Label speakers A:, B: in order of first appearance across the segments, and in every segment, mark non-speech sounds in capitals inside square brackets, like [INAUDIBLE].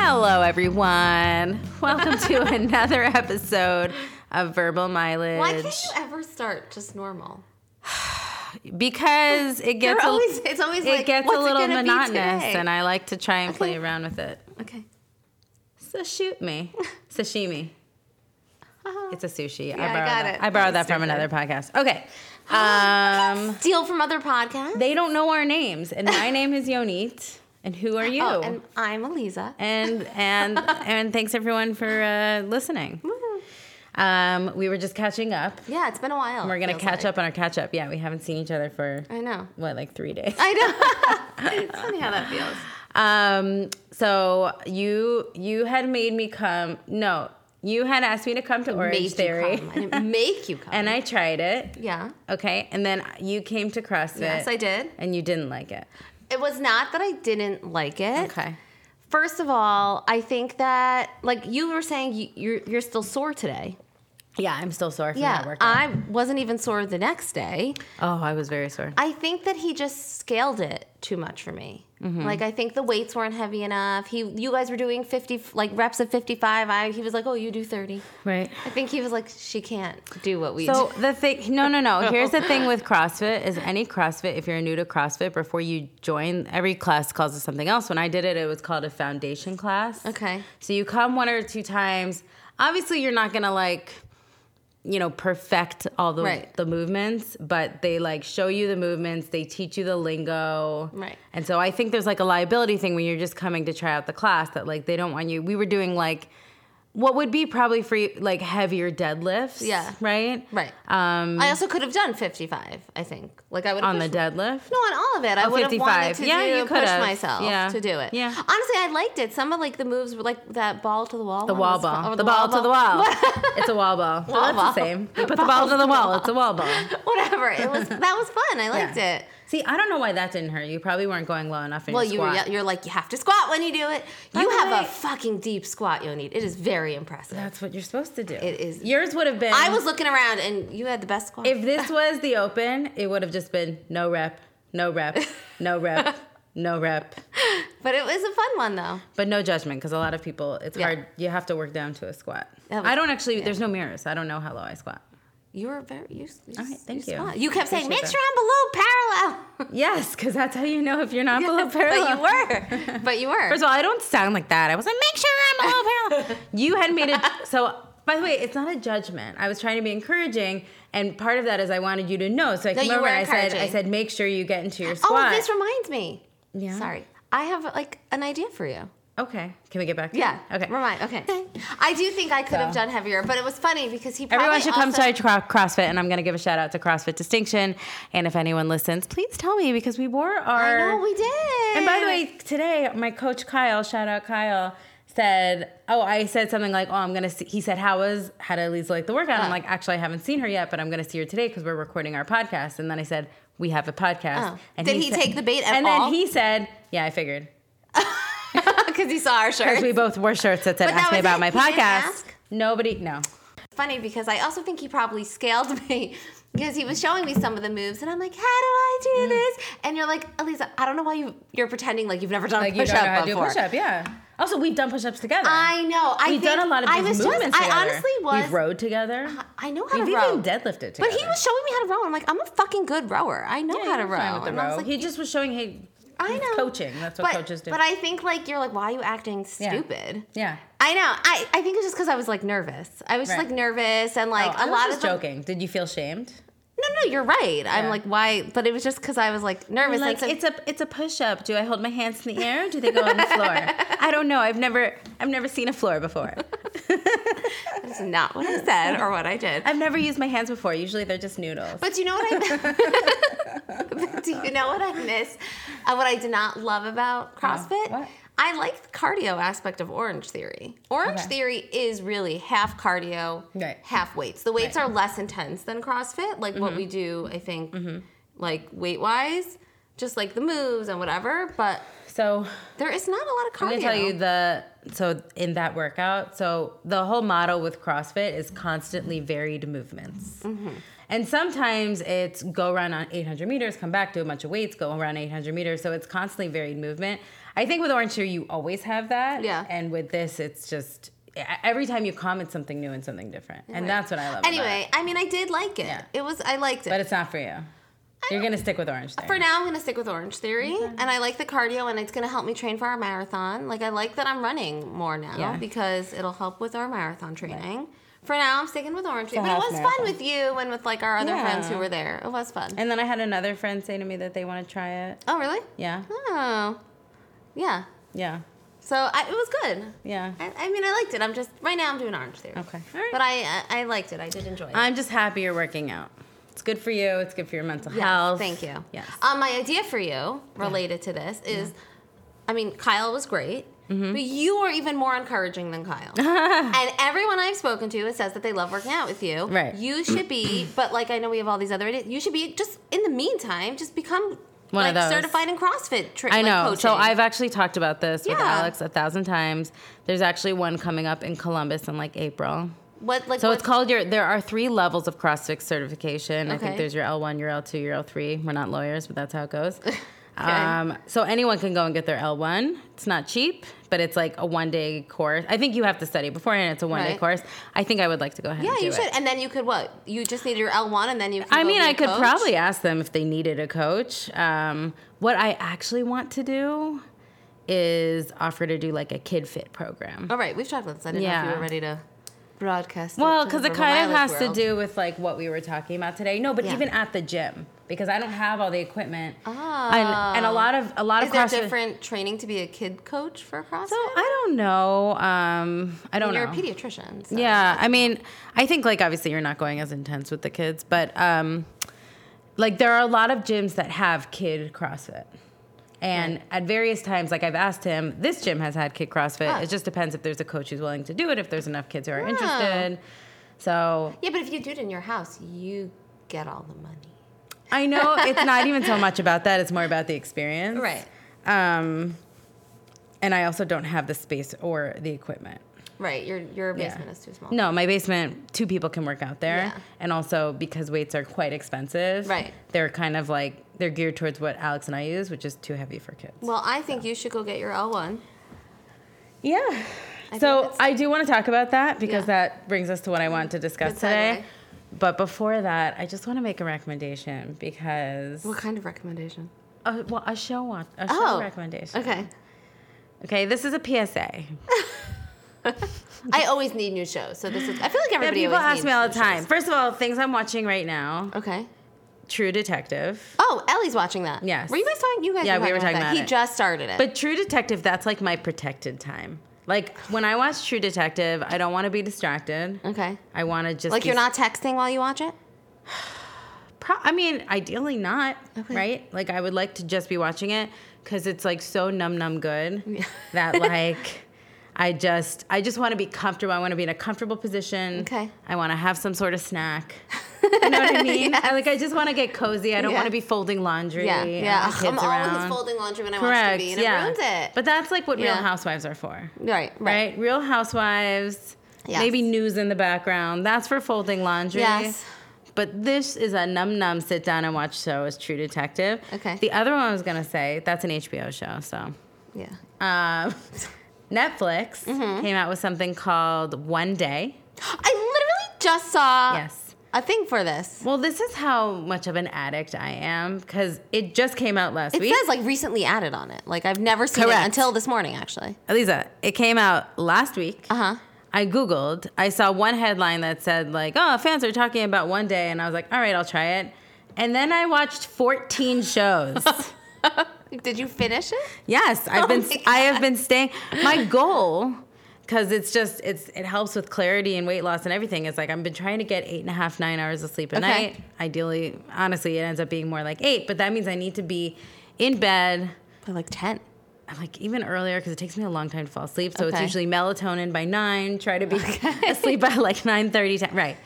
A: Oh,
B: Hello, everyone.
A: [LAUGHS]
B: Welcome to another episode of Verbal Mileage.
A: Why can't you ever start just normal?
B: Because it
A: You're
B: gets a,
A: always, it's always
B: it
A: like,
B: gets
A: what's
B: a little
A: it gonna be
B: monotonous,
A: today?
B: and I like to try and play
A: Okay.
B: around with it.
A: okay.
B: So shoot
A: [LAUGHS]
B: me, sashimi.
A: Uh-huh.
B: It's a sushi.
A: Yeah, I
B: borrowed
A: got
B: that.
A: it.
B: I borrowed that
A: That's
B: from
A: stupid.
B: another podcast. Okay. Um,
A: Steal from other podcasts.
B: they don't know our
A: [LAUGHS]
B: names, and my name is Yonit. And who are you?
A: Oh, and I'm Eliza.
B: and
A: [LAUGHS]
B: and and thanks everyone for uh, listening.
A: Woo.
B: Um, we were just catching up.
A: yeah, it's been a while.
B: We're gonna catch up on our catch up. Yeah, we haven't seen each other for
A: I know.
B: what like three days. [LAUGHS]
A: I know. it's funny how that feels.
B: Um, so you you had made me come. No, you had asked me to come to Orange
A: Make
B: Theory,
A: you come. I didn't make you come.
B: [LAUGHS] and I tried it.
A: yeah.
B: Okay, and then you came to CrossFit.
A: Yes, I did.
B: And you didn't like it.
A: It was not that I didn't like it.
B: Okay.
A: First of all, I think that like you were saying, you, you're you're still sore today.
B: Yeah, I'm still sore from that
A: Yeah, um,
B: workout.
A: I wasn't even sore the next day.
B: oh, I was very sore.
A: I think that he just scaled it too much for me.
B: Mm-hmm.
A: Like I think the weights weren't heavy enough. He, you guys were doing fifty f- like reps of fifty five. I he was like, oh, you do thirty.
B: right.
A: I think he was like, she can't do what we
B: So
A: do.
B: the thing, no, no, [LAUGHS] no. Here's the thing with CrossFit: is any CrossFit, if you're new to CrossFit, before you join, every class calls it something else. When I did it, it was called a foundation class.
A: Okay.
B: So you come one or two times. Obviously, you're not gonna like, you know, perfect all the
A: Right.
B: the movements, but they like show you the movements. They teach you the lingo.
A: Right.
B: And so I think there's like a liability thing when you're just coming to try out the class that like they don't want you. We were doing like. What would be probably for you, like heavier deadlifts?
A: Yeah.
B: Right?
A: Right.
B: Um,
A: I also could have done fifty five. I think like I would
B: on the deadlift.
A: No, on all of it. I
B: Oh,
A: would have
B: 55.
A: wanted to
B: Yeah,
A: do,
B: you could
A: push
B: have.
A: myself
B: Yeah.
A: to do it.
B: Yeah.
A: Honestly, I liked it. Some of like the moves were like that ball to Oh, the wall.
B: The wall ball. The, ball, to the wall.
A: [LAUGHS]
B: it's a wall ball. So
A: Wall
B: that's
A: ball.
B: the same. You put the ball to the wall. It's a wall ball.
A: Whatever. It
B: [LAUGHS]
A: was that was fun. I liked
B: Yeah.
A: it.
B: See, I don't know why that didn't hurt. You probably weren't going low enough in
A: Well,
B: your
A: you were,
B: squat.
A: ye- you're like you have to squat when you do it. you
B: the
A: have a
B: way-
A: fucking deep squat, Yonit. It is very impressive.
B: that's what you're supposed to do.
A: It is-
B: Yours would have been.
A: I was looking around, and you had the best squat. [LAUGHS]
B: If this was the open, it would have just been no rep, no rep,
A: [LAUGHS]
B: no rep, no rep,
A: but it was a fun one, though.
B: but no judgment because a lot of people, it's
A: Yeah.
B: hard. You have to work down to a squat.
A: That was-
B: I don't actually. There's no mirrors. I don't know how low I squat.
A: You were very. You, you,
B: All right, thank you.
A: squat. You kept saying,
B: Appreciate
A: "Make sure I'm
B: [LAUGHS]
A: below
B: Yes, because that's how you know if
A: [LAUGHS]
B: you're not below
A: parallel."
B: parallel.
A: But you were. But you were.
B: First of all, I don't sound like that. I was like, make sure
A: [LAUGHS]
B: I'm below parallel. you had made it so. By the way, it's not a judgment. I was trying to be encouraging, and part of that is I wanted you to know. So I came
A: you
B: over
A: were
B: and I said, I
A: encouraging.
B: said, make sure you get into your
A: oh,
B: squat.
A: this reminds me.
B: Yeah.
A: Sorry, I have like an idea for you.
B: okay, can we get back? to
A: Yeah.
B: that? Okay.
A: Remind.
B: [LAUGHS]
A: Okay. I do think I could have done heavier, but it was funny because he. Probably
B: Everyone should come
A: also-
B: to Cro- CrossFit, and I'm going to give a shout out to CrossFit Distinction. And if anyone listens, please tell me because we wore
A: I
B: our.
A: know we did.
B: And by the way, today my coach Kyle, shout out Kyle, said, "Oh, I said something like, oh, I'm gonna." See, he said, "How was how did Lisa like the workout?" I'm
A: Oh.
B: like, "Actually, I haven't seen her yet, but I'm gonna see her today because we're recording our podcast." And then I said, "We have a podcast."
A: Oh.
B: And
A: Did he take the bait at
B: and
A: all?
B: then he said, "Yeah, I figured."
A: [LAUGHS]
B: [LAUGHS]
A: because he saw our shirt.
B: Because we both wore shirts that said,
A: But that
B: "Ask me
A: was
B: about
A: it?
B: my
A: He didn't
B: podcast."
A: ask?
B: Nobody, no.
A: funny because I also think he probably scaled [LAUGHS] me because he was showing me some of the moves and I'm like, how do I do
B: Mm.
A: this? And you're like, Elisa, I don't know why you you're pretending like you've never done
B: Like
A: a
B: you
A: push
B: don't know how
A: up
B: to do a
A: before.
B: push up, yeah. Also, we've done push ups together.
A: I know. I
B: We've
A: think
B: done a lot of
A: I
B: these
A: was
B: movements
A: Just,
B: together.
A: I honestly was. Uh,
B: We've rowed together.
A: I know how
B: We've
A: to row.
B: even deadlifted
A: But
B: together.
A: he was showing me how to row. I'm like, I'm a fucking good rower. I know
B: Yeah,
A: how to
B: you're
A: row.
B: fine with the
A: and I was
B: row.
A: like,
B: he just was showing hey,
A: I
B: he's
A: know.
B: coaching. That's what
A: but,
B: coaches do.
A: But I think like you're like, why are you acting
B: Yeah.
A: stupid?
B: yeah.
A: I know. I, I think it's just because I was like nervous. I was just
B: Right.
A: like nervous and
B: Oh,
A: like
B: I
A: a
B: was
A: lot
B: just
A: of the-
B: joking. Did you feel shamed?
A: No, no, you're right. I'm
B: Yeah.
A: like, why? But it was just because I was like nervous.
B: Like
A: and so-
B: it's a it's a push up. Do I hold my hands in the air? or Do they go [LAUGHS] on the floor? I don't know. I've never I've never seen a floor before.
A: that's not what I said or what I
B: [LAUGHS]
A: did.
B: I've never used my hands before. Usually they're just noodles.
A: But do you know
B: [LAUGHS]
A: what I? [LAUGHS] But do you know what I miss? Uh, what I did not love about CrossFit?
B: Uh-huh. what?
A: I like the cardio aspect of Orange Theory. Orange
B: Okay.
A: Theory is really half cardio,
B: Right.
A: half weights. The weights
B: Right. Mm-hmm.
A: are less intense than CrossFit, like what we do. I think, like weight wise, just like the moves and whatever. But
B: So
A: there is not a lot of cardio.
B: I'm gonna tell you the so in that workout. So the whole model with CrossFit is constantly varied movements.
A: Mm-hmm.
B: And sometimes it's go run on 800 meters, come back, do a bunch of weights, go around 800 meters. So it's constantly varied movement. I think with Orange Theory, you always have that.
A: Yeah.
B: And with this, it's just e- every time you come, it's something new and something different. And that's what I love. about it.
A: Anyway, I mean, I did like it.
B: Yeah.
A: It was I liked it.
B: But it's not for you. You're going to stick with Orange Theory.
A: for now, I'm gonna stick with Orange Theory, and I like the cardio, and it's gonna help me train for our marathon. Like I like that I'm running more now
B: Yeah.
A: because it'll help with our marathon training. For now, I'm sticking with Orange Theory, but it
B: half
A: was
B: marathon.
A: fun with you and with like our other friends who
B: Yeah.
A: were there. It was fun.
B: And then I had another friend say to me that they want to try it.
A: oh really?
B: Yeah.
A: Oh, yeah.
B: Yeah.
A: So I, it was good.
B: Yeah.
A: I, I mean, I liked it. I'm just right now. I'm doing Orange Theory.
B: Okay. All right.
A: But I, I I liked it. I did enjoy it.
B: I'm just happy you're working out. It's good for you. It's good for your mental
A: Yes,
B: health.
A: Thank you.
B: Yes.
A: Um, my idea for you related to this is, I mean, Kyle was great,
B: Mm-hmm.
A: but you were even more encouraging than
B: [LAUGHS]
A: Kyle. and everyone I've spoken to says that they love working out with you.
B: Right.
A: You should
B: [CLEARS THROAT]
A: be, but like I know we have all these other ideas. You should be just in the meantime, just become
B: One
A: like
B: of those.
A: certified in CrossFit. Tra-
B: I
A: like,
B: know. So
A: coaching.
B: I've actually talked about this with
A: Yeah.
B: Alex a thousand times. There's actually one coming up in Columbus in like April.
A: what like
B: So it's
A: what-
B: called your. There are three levels of CrossFit certification. I
A: Okay.
B: think there's your L1, your L2, your L3. We're not lawyers, but that's how it
A: [LAUGHS]
B: goes. um, so anyone can go and get their L1. It's not cheap, but it's like a one day course. I think you have to study beforehand. It's a one day
A: Right.
B: course. I think I would like to go ahead.
A: Yeah,
B: and do
A: you should.
B: It.
A: And then you could what? You just need your L one, and then you. Can
B: I
A: go
B: mean,
A: be a
B: I could
A: coach?
B: probably ask them if they needed a coach. Um, what I actually want to do is offer to do like a kid fit program.
A: All right, we've talked about this. I didn't know if
B: Yeah.
A: you were ready to broadcast.
B: Well,
A: to the
B: because it
A: Rhode
B: kind of
A: Island
B: has
A: world.
B: to do with like what we were talking about today. No, but
A: Yeah.
B: even at the gym, because I don't have all the equipment,
A: Ah.
B: and, and a lot of a lot
A: Is
B: of
A: there
B: CrossFit-
A: different training to be a kid coach for CrossFit?
B: So I don't know. Um, I don't
A: You're a
B: know.
A: pediatrician. So.
B: Yeah, I mean, I think like obviously you're not going as intense with the kids, but um, like there are a lot of gyms that have kid CrossFit. And at various times, like I've asked him, this gym has had kid CrossFit.
A: Oh.
B: It just depends if there's a coach who's willing to do it, if there's enough kids who are
A: Wow.
B: interested. So
A: Yeah, but if you do it in your house, you get all the money.
B: I know it's not even so much about that, it's more about the experience. Um, and I also don't have the space or the equipment.
A: Right. Your your
B: Yeah.
A: basement is too small.
B: No, my basement, two people can work out there.
A: Yeah.
B: And also because weights are quite expensive.
A: Right.
B: They're kind of like they're geared towards what Alex and I use, which is too heavy for kids.
A: Well, I think you should go get your L one.
B: Yeah.
A: think
B: so
A: that's-
B: I do want to talk about that because
A: Yeah.
B: that brings us to what I want to discuss
A: Good
B: today.
A: segue.
B: But before that, I just want to make a recommendation because
A: What kind of recommendation?
B: uh, well, a show watch, a show
A: Oh,
B: recommendation.
A: Okay.
B: Okay, this is a PSA.
A: I always need new shows, so this is. I feel like
B: Yeah,
A: everybody
B: people
A: always
B: ask me all the
A: needs new
B: time. First of all, things I'm watching right now:
A: shows. Okay.
B: True Detective.
A: Oh, Ellie's watching that.
B: Yes.
A: Were you guys talking? You guys.
B: Yeah, we were talking
A: that.
B: about
A: He
B: it.
A: just started it.
B: But True Detective, that's like my protected time. Like when I watch True Detective, I don't want to be distracted.
A: okay.
B: I want to just
A: Like
B: be-
A: you're not texting while you watch it.
B: Pro- I mean, ideally not,
A: Okay.
B: right? Like I would like to just be watching it because it's like so num num good
A: Yeah.
B: [LAUGHS] that like I just I just want to be comfortable. I want to be in a comfortable position.
A: Okay.
B: I want to have some sort of snack. You know
A: [LAUGHS]
B: what I mean? I, like I just want to get cozy. I don't
A: Yeah.
B: want to be folding laundry.
A: Yeah,
B: and
A: yeah. [LAUGHS] Ugh,
B: the
A: I'm
B: kids around.
A: always folding laundry when I watch
B: Correct.
A: TV, and
B: yeah.
A: it ruins it.
B: But that's like what Real
A: Yeah.
B: Housewives are for.
A: right, right,
B: right? Real Housewives,
A: Yes.
B: maybe news in the background. That's for folding laundry.
A: Yes.
B: But this is a num num sit down and watch show is True Detective.
A: Okay.
B: The other one I was gonna say that's an HBO show. So
A: Yeah.
B: um, Netflix
A: Mm-hmm.
B: came out with something called One Day.
A: I literally just saw
B: Yes.
A: a thing for this.
B: Well, this is how much of an addict I am because it just came out last
A: It
B: week.
A: says like recently added on it. Like I've never seen it
B: Correct.
A: until this morning, actually.
B: Elisa, it came out last week.
A: Uh huh.
B: I Googled, I saw one headline that said, like, oh, fans are talking about one day. And I was like, all right, I'll try it. And then I watched 14
A: [LAUGHS]
B: shows.
A: Did you finish it?
B: yes, I've
A: Oh
B: been,
A: my
B: I have been staying. My goal, because it's just, it's, it helps with clarity and weight loss and everything, is like, I've been trying to get eight and a half, nine hours of sleep a
A: Okay.
B: night. Ideally, honestly, it ends up being more like eight, but that means I need to be in bed
A: By like ten.
B: like even earlier because it takes me a long time to fall asleep. So it's
A: Okay.
B: usually melatonin by nine. Try
A: [LAUGHS]
B: to be asleep by like 9 30, 10. Right.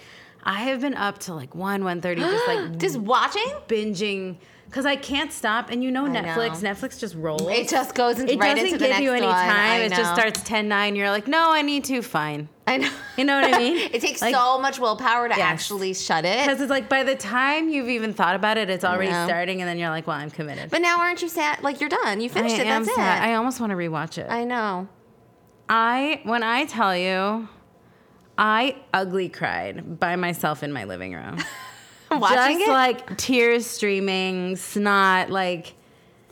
B: I have been up till like 1, 1 just
A: [GASPS] [GASPS]
B: like
A: Just watching?
B: binging because I can't stop. And you know, Netflix,
A: know.
B: Netflix just rolls.
A: It just goes
B: it
A: right
B: doesn't
A: into the
B: give
A: next
B: you any
A: one.
B: time.
A: I
B: It just
A: know.
B: starts 10 9. You're like, no, I need to. Fine.
A: I know.
B: You know what I mean?
A: [LAUGHS] it takes
B: Like-
A: so much willpower to
B: Yes.
A: actually shut it.
B: Because it's like by the time you've even thought about it, it's already
A: know.
B: starting, and then you're like, "Well, I'm committed."
A: But now aren't you sad? Like you're done. You
B: I
A: finished it.
B: am
A: That's
B: sad.
A: it.
B: I almost want to rewatch it.
A: I know.
B: I when I tell you, I ugly cried by myself in my living room,
A: [LAUGHS] Watching
B: just
A: it.
B: like tears streaming, snot. Like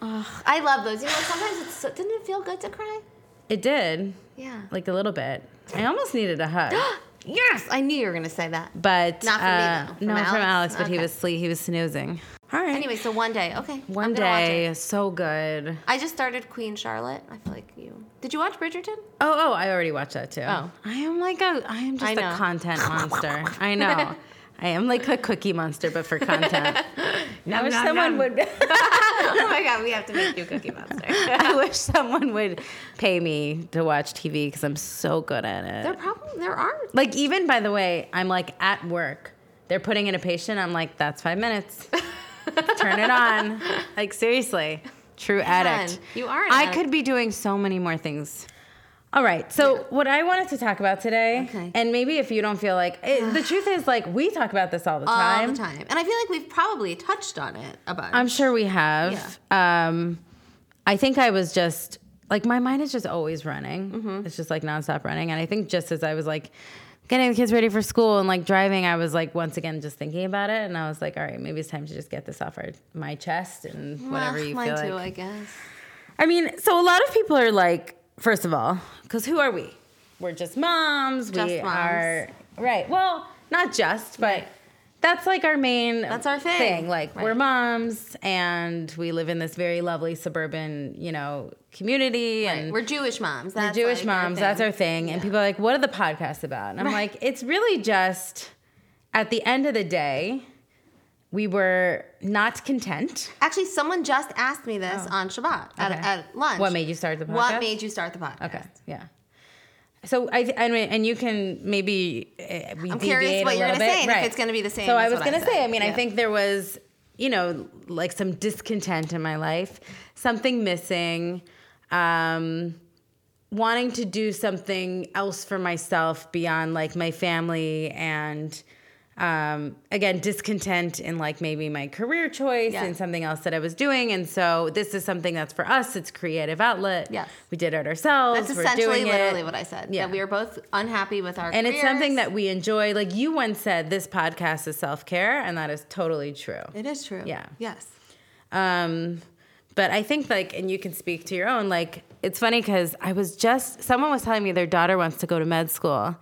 A: I love those. You know, sometimes it's so, didn't it feel good to cry?
B: it did, [GASPS]
A: Yeah.
B: like a little bit. I almost needed
A: [GASPS]
B: a hug,
A: yes, I knew you were gonna say that.
B: but
A: Not from me,
B: uh,
A: though. From
B: no, from
A: Alex?
B: Alex. But he
A: Okay.
B: was sleep. He was snoozing. All right.
A: Anyway, so one day, okay. I'm
B: one
A: gonna watch it.
B: day, so good.
A: I just started Queen Charlotte. I feel like you. Did you watch Bridgerton?
B: Oh, oh, I already watched that too.
A: Oh.
B: I am like a, I am just
A: I
B: a
A: know. [LAUGHS]
B: content monster. I know. I am like a cookie monster, but for content.
A: [LAUGHS]
B: I wish
A: nom,
B: someone
A: nom.
B: would.
A: [LAUGHS] oh my god, we have to make you Cookie Monster.
B: [LAUGHS] I wish someone would pay me to watch TV because I'm so good at it.
A: there probably there [LAUGHS] aren't.
B: like even by the way, I'm like at work. They're putting in a patient. I'm like, that's five minutes. Turn it on. Like seriously, true addict.
A: You are an
B: I
A: addict.
B: could be doing so many more things. All right. So what I wanted to talk about today,
A: Okay.
B: and maybe if you don't feel like
A: [SIGHS]
B: it, the truth is like we talk about this all the
A: all
B: time.
A: the time, and I feel like we've probably touched on it a bunch.
B: I'm sure we have. Um, I think I was just like my mind is just always running.
A: Mm-hmm.
B: It's just like nonstop running, and I think just as I was like getting the kids ready for school and like driving, I was like once again just thinking about it, and I was like, all right, maybe it's time to just get this off our, my chest and whatever
A: Ugh,
B: you
A: mine
B: feel
A: too,
B: like.
A: I guess.
B: I mean, so a lot of people are like, first of all, because who are we? We're just moms.
A: Just
B: we
A: moms.
B: are right. Well, not just, but
A: Right.
B: that's like our main.
A: That's our thing.
B: Like we're
A: Right.
B: moms, and we live in this very lovely suburban, you know, community, and
A: We're Jewish moms.
B: we're
A: That's
B: Jewish
A: like
B: moms.
A: thing.
B: That's our thing. And people are like, "What are the podcasts about?" And I'm
A: Right.
B: like, "It's really just at the end of the day." We were not content.
A: Actually, someone just asked me this on Shabbat at,
B: Oh. Okay.
A: at lunch.
B: What made you start the podcast?
A: What made you start the podcast?
B: Okay. Yeah. So I th- and, and you can maybe uh, we
A: I'm
B: deviate
A: curious
B: a
A: what you're gonna
B: little bit.
A: say and if
B: Right.
A: it's gonna be the same
B: So I
A: as
B: was
A: what I
B: gonna
A: said.
B: say. I mean, I
A: Yeah.
B: think there was you know like some discontent in my life, something missing, um, wanting to do something else for myself beyond like my family and. Um, again, discontent in like maybe my career choice
A: Yeah.
B: and something else that I was doing. And so this is something that's for us. It's creative outlet.
A: Yes.
B: We did it ourselves.
A: That's
B: We're
A: essentially
B: doing
A: literally
B: it.
A: what I said.
B: Yeah.
A: Yeah, we are both unhappy with our
B: And it's something
A: careers.
B: that we enjoy. Like you once said, this podcast is self care, and that is totally true.
A: it is true.
B: Yeah.
A: Yes.
B: Um, but I think like, and you can speak to your own. Like it's funny because I was just someone was telling me their daughter wants to go to med school.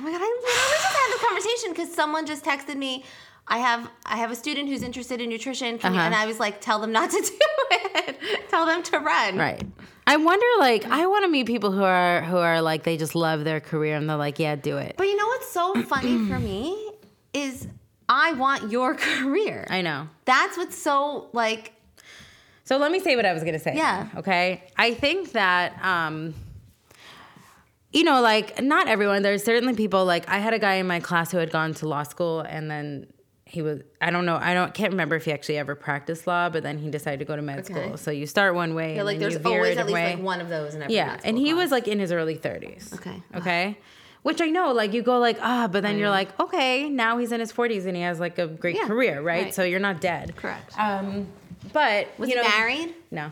A: Oh my god, I literally just had the conversation because someone just texted me. I have I have a student who's interested in nutrition, can you-"
B: Uh-huh.
A: and I was like, tell them not to [LAUGHS] do it. tell them to run.
B: Right. I wonder, like, I want to meet people who are who are like they just love their career and they're like, yeah, do it.
A: But you know what's so funny for me is I want your [LAUGHS] career.
B: I know.
A: That's what's so like
B: So let me say what I was gonna say.
A: Yeah.
B: Okay. I think that um, you know, like not everyone. There's certainly people like I had a guy in my class who had gone to law school and then he was I don't know, I don't can't remember if he actually ever practiced law, but then he decided to go to med school. So you start one way.
A: like
B: and then
A: there's
B: you veer
A: always
B: a
A: at least
B: way.
A: like one of those in every
B: Yeah,
A: med school
B: and he
A: class.
B: was like in his early 30s.
A: Okay. Wow.
B: Okay. Which I know, like you go like ah, but then you're like okay, now he's in his 40s and he has like a great
A: Yeah,
B: career, right?
A: right.
B: So you're not dead.
A: correct.
B: Um, but
A: was
B: you
A: he
B: know,
A: married?
B: No.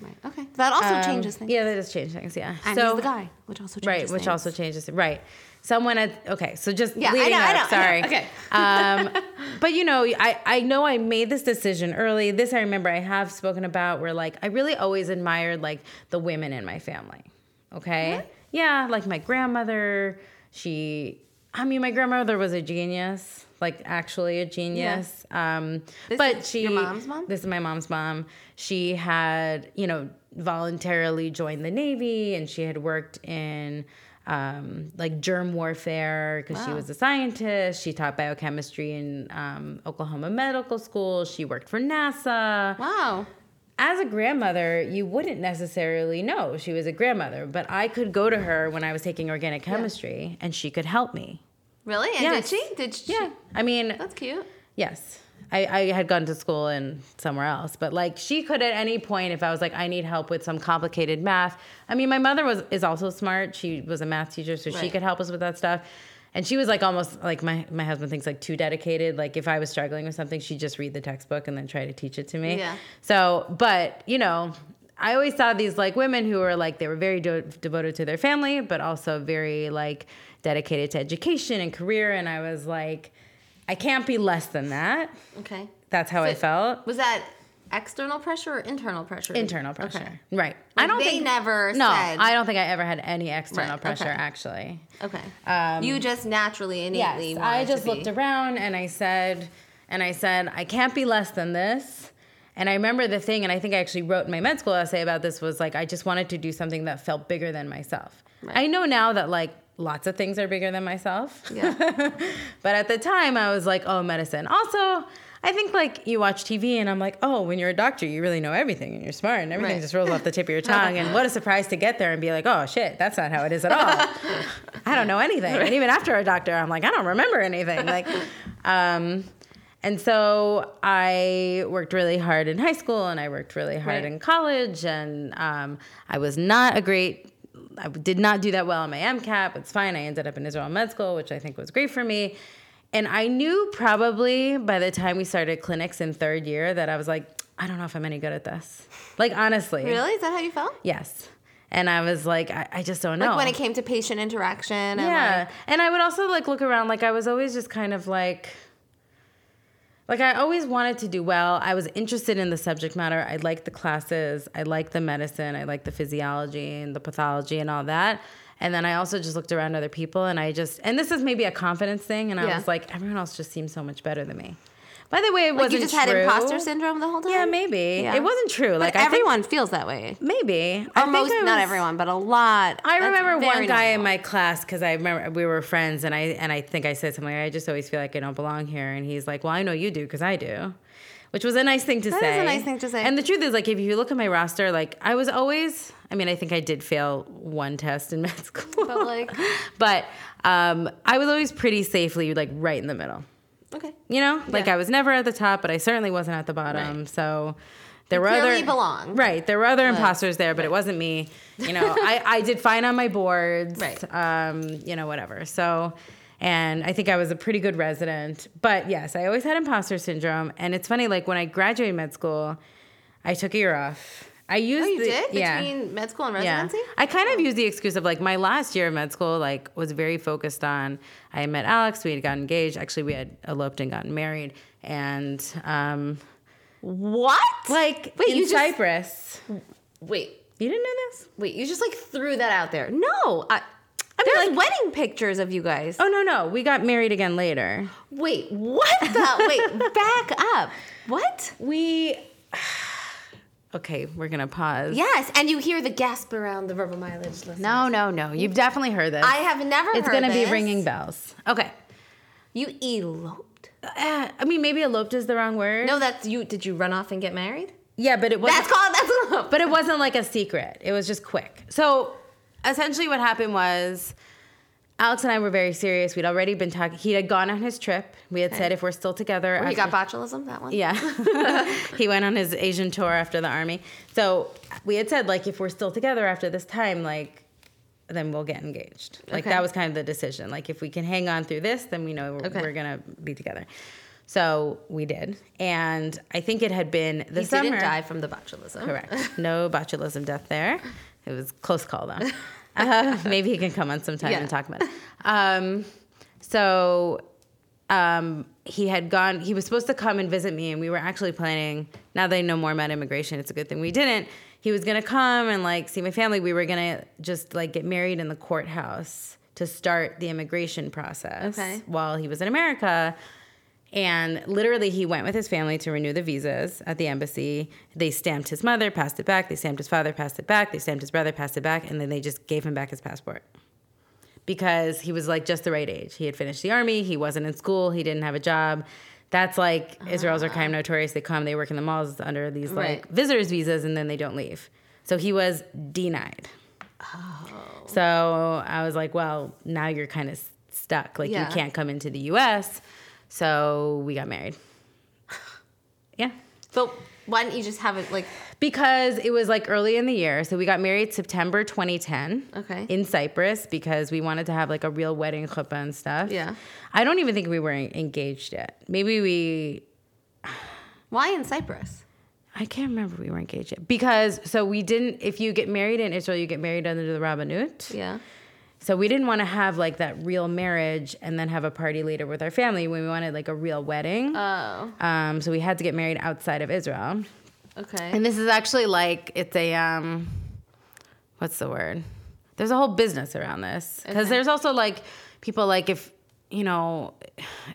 A: Right. Okay. That also
B: Um,
A: changes things.
B: Yeah, that does change things. Yeah.
A: And
B: so
A: he's the guy, which also changes
B: right, which
A: things.
B: also changes right. Someone at okay, so just
A: Yeah, I
B: leading
A: know, I
B: up.
A: know, I know.
B: Sorry.
A: Okay. [LAUGHS]
B: um, but you know, I I know I made this decision early. This I remember I have spoken about. Where like I really always admired like the women in my family. Okay. Yeah, like my grandmother. She. I mean, my grandmother was a genius. Like actually a genius. Um,
A: This
B: but
A: is
B: she
A: your mom's mom?
B: this is my mom's mom. She had, you know, voluntarily joined the Navy and she had worked in um, like germ warfare because she
A: Wow.
B: was a scientist. She taught biochemistry in um, Oklahoma Medical School. She worked for NASA.
A: Wow.
B: As a grandmother, you wouldn't necessarily know she was a grandmother, but I could go to her when I was taking organic chemistry and she could help me.
A: Really? And did
B: Yes.
A: she? Did she?
B: Yeah. I mean,
A: That's cute.
B: Yes. I, I had gone to school and somewhere else, but like she could at any point, if I was like, I need help with some complicated math. I mean, my mother was is also smart. She was a math teacher, so she
A: Right.
B: could help us with that stuff. And she was like almost like my my husband thinks like too dedicated. Like if I was struggling with something, she'd just read the textbook and then try to teach it to me.
A: Yeah.
B: So, but you know, I always saw these like women who were like they were very de- devoted to their family, but also very like dedicated to education and career. And I was like, I can't be less than that.
A: Okay.
B: That's how I
A: So-
B: felt.
A: Was that external pressure or internal pressure?
B: Internal pressure,
A: Okay.
B: right? I
A: Like,
B: don't
A: they
B: think
A: never
B: No,
A: said-
B: I don't think I ever had any external
A: Right,
B: pressure.
A: okay.
B: Actually,
A: Okay.
B: Um,
A: you just naturally, innately.
B: Yes,
A: wanted
B: I just
A: to be-
B: looked around and I said, and I said, I can't be less than this. And I remember the thing, and I think I actually wrote in my med school essay about this was like, I just wanted to do something that felt bigger than myself.
A: Right.
B: I know now that like lots of things are bigger than myself.
A: Yeah.
B: [LAUGHS] but at the time, I was like, oh, medicine. Also, I think like you watch TV and I'm like, oh, when you're a doctor, you really know everything and you're smart and everything
A: Right.
B: just rolls off the tip of your tongue. and what a surprise to get there and be like, oh shit, that's not how it is
A: [LAUGHS]
B: at all. I don't know anything. And even after a doctor, I'm like, I don't remember anything.
A: [LAUGHS]
B: Like, um, and so I worked really hard in high school and I worked really hard
A: Right.
B: in college. And um, I was not a great, I did not do that well on my MCAT. It's fine. I ended up in Israel Med School, which I think was great for me. And I knew probably by the time we started clinics in third year that I was like, I don't know if I'm any good at this. Like, honestly.
A: really? Is that how you felt?
B: Yes. And I was like, I, I just don't know.
A: Like when it came to patient interaction. And
B: Yeah.
A: Like,
B: and I would also like look around like I was always just kind of like like I always wanted to do well. I was interested in the subject matter. I liked the classes. I liked the medicine. I liked the physiology and the pathology and all that. And then I also just looked around other people and I just and this is maybe a confidence thing and I
A: Yeah.
B: was like everyone else just seems so much better than me. By the way, it
A: like
B: wasn't
A: you just had
B: true.
A: imposter syndrome the whole time?
B: Yeah, maybe.
A: Yeah.
B: It wasn't true. Like
A: But
B: I think
A: everyone feels that way.
B: maybe. I
A: Or
B: think
A: most,
B: I
A: not
B: was-
A: everyone, but a lot.
B: I
A: That's
B: remember one
A: very
B: guy in
A: normal.
B: my class because I remember we were friends, and I and I think I said something. like, I just always feel like I don't belong here, and he's like, "Well, I know you do because I do," which was a nice thing to
A: That
B: say.
A: is a nice thing to say.
B: And the truth is, like, if you look at my roster, like, I was always. I mean, I think I did fail one test in [LAUGHS] med school,
A: But, like-
B: but um, I was always pretty safely like right in the middle.
A: Okay.
B: You know, like
A: Yeah.
B: I was never at the top, but I certainly wasn't at the bottom. So there were
A: clearly
B: other
A: belong.
B: Right, there were other imposters there, but it wasn't me. You know, I, I did fine on my boards.
A: Right.
B: Um, you know, whatever. So, and I think I was a pretty good resident. But yes, I always had imposter syndrome, and it's funny. Like when I graduated med school, I took a year off. I used
A: Oh, you
B: the,
A: did?
B: yeah.
A: Between med school and
B: Yeah.
A: residency?
B: I kind of used the excuse of like my last year of med school, like was very focused on. I met Alex. We had gotten engaged. Actually, we had eloped and gotten married, and um,
A: What?
B: like
A: Wait,
B: in
A: you just-
B: Cyprus.
A: Wait.
B: You didn't know this?
A: Wait, you just like threw that out there. No, I, there's wedding pictures of you guys.
B: Oh no, no, we got married again later.
A: Wait, what the? [LAUGHS] wait, back up. What?
B: We. [SIGHS] Okay, we're gonna pause.
A: Yes, and you hear the gasp around the verbal mileage. Listeners.
B: No, no, no. You've definitely heard this.
A: I have never.
B: It's
A: heard
B: gonna
A: this.
B: be ringing bells. Okay.
A: You eloped?
B: Uh, I mean, maybe eloped is the wrong word.
A: No, that's you. Did you run off and get married?
B: Yeah, but it was.
A: That's called that's eloped.
B: But it wasn't like a secret. It was just quick. So essentially, what happened was Alex and I were very serious. We'd already been talking. He had gone on his trip. We had said if we're still together,
A: you got
B: after-
A: botulism. That one.
B: [LAUGHS] yeah.
A: [LAUGHS]
B: he went on his Asian tour after the army. So we had said like if we're still together after this time, like then we'll get engaged. Like
A: Okay.
B: that was kind of the decision. Like if we can hang on through this, then we know we're,
A: Okay.
B: we're gonna be together. So we did, and I think it had been the
A: You
B: summer.
A: didn't die from the botulism.
B: Correct. [LAUGHS] No botulism death there. It was close
A: [LAUGHS]
B: call though. Uh, maybe he can come on sometime
A: Yeah.
B: and talk about it. Um, so um, he had gone. He was supposed to come and visit me, and we were actually planning. Now that I know more about immigration, it's a good thing we didn't. He was gonna come and like see my family. We were gonna just like get married in the courthouse to start the immigration process
A: Okay.
B: while he was in America. And literally, he went with his family to renew the visas at the embassy. They stamped his mother, passed it back. They stamped his father, passed it back. They stamped his brother, passed it back. And then they just gave him back his passport because he was like just the right age. He had finished the army, he wasn't in school, he didn't have a job. That's like Israel's are kind of notorious. They come, they work in the malls under these like
A: Right.
B: visitors' visas, and then they don't leave. So he was denied. So I was like, well, now you're kind of stuck. Like
A: Yeah.
B: you can't come into the US. So we got married. [SIGHS] Yeah.
A: But why don't you just have it like
B: Because it was like early in the year. So we got married September 2010.
A: Okay.
B: In Cyprus because we wanted to have like a real wedding chuppah and stuff.
A: Yeah.
B: I don't even think we were en- engaged yet. Maybe we
A: why in Cyprus?
B: I can't remember if we were engaged yet. Because so we didn't if you get married in Israel, you get married under the Rabbanut.
A: Yeah.
B: So we didn't want to have like that real marriage and then have a party later with our family when we wanted like a real wedding.
A: Oh.
B: um, so we had to get married outside of Israel.
A: Okay.
B: And this is actually like it's a um what's the word? There's a whole business around this because
A: Okay.
B: there's also like people like if you know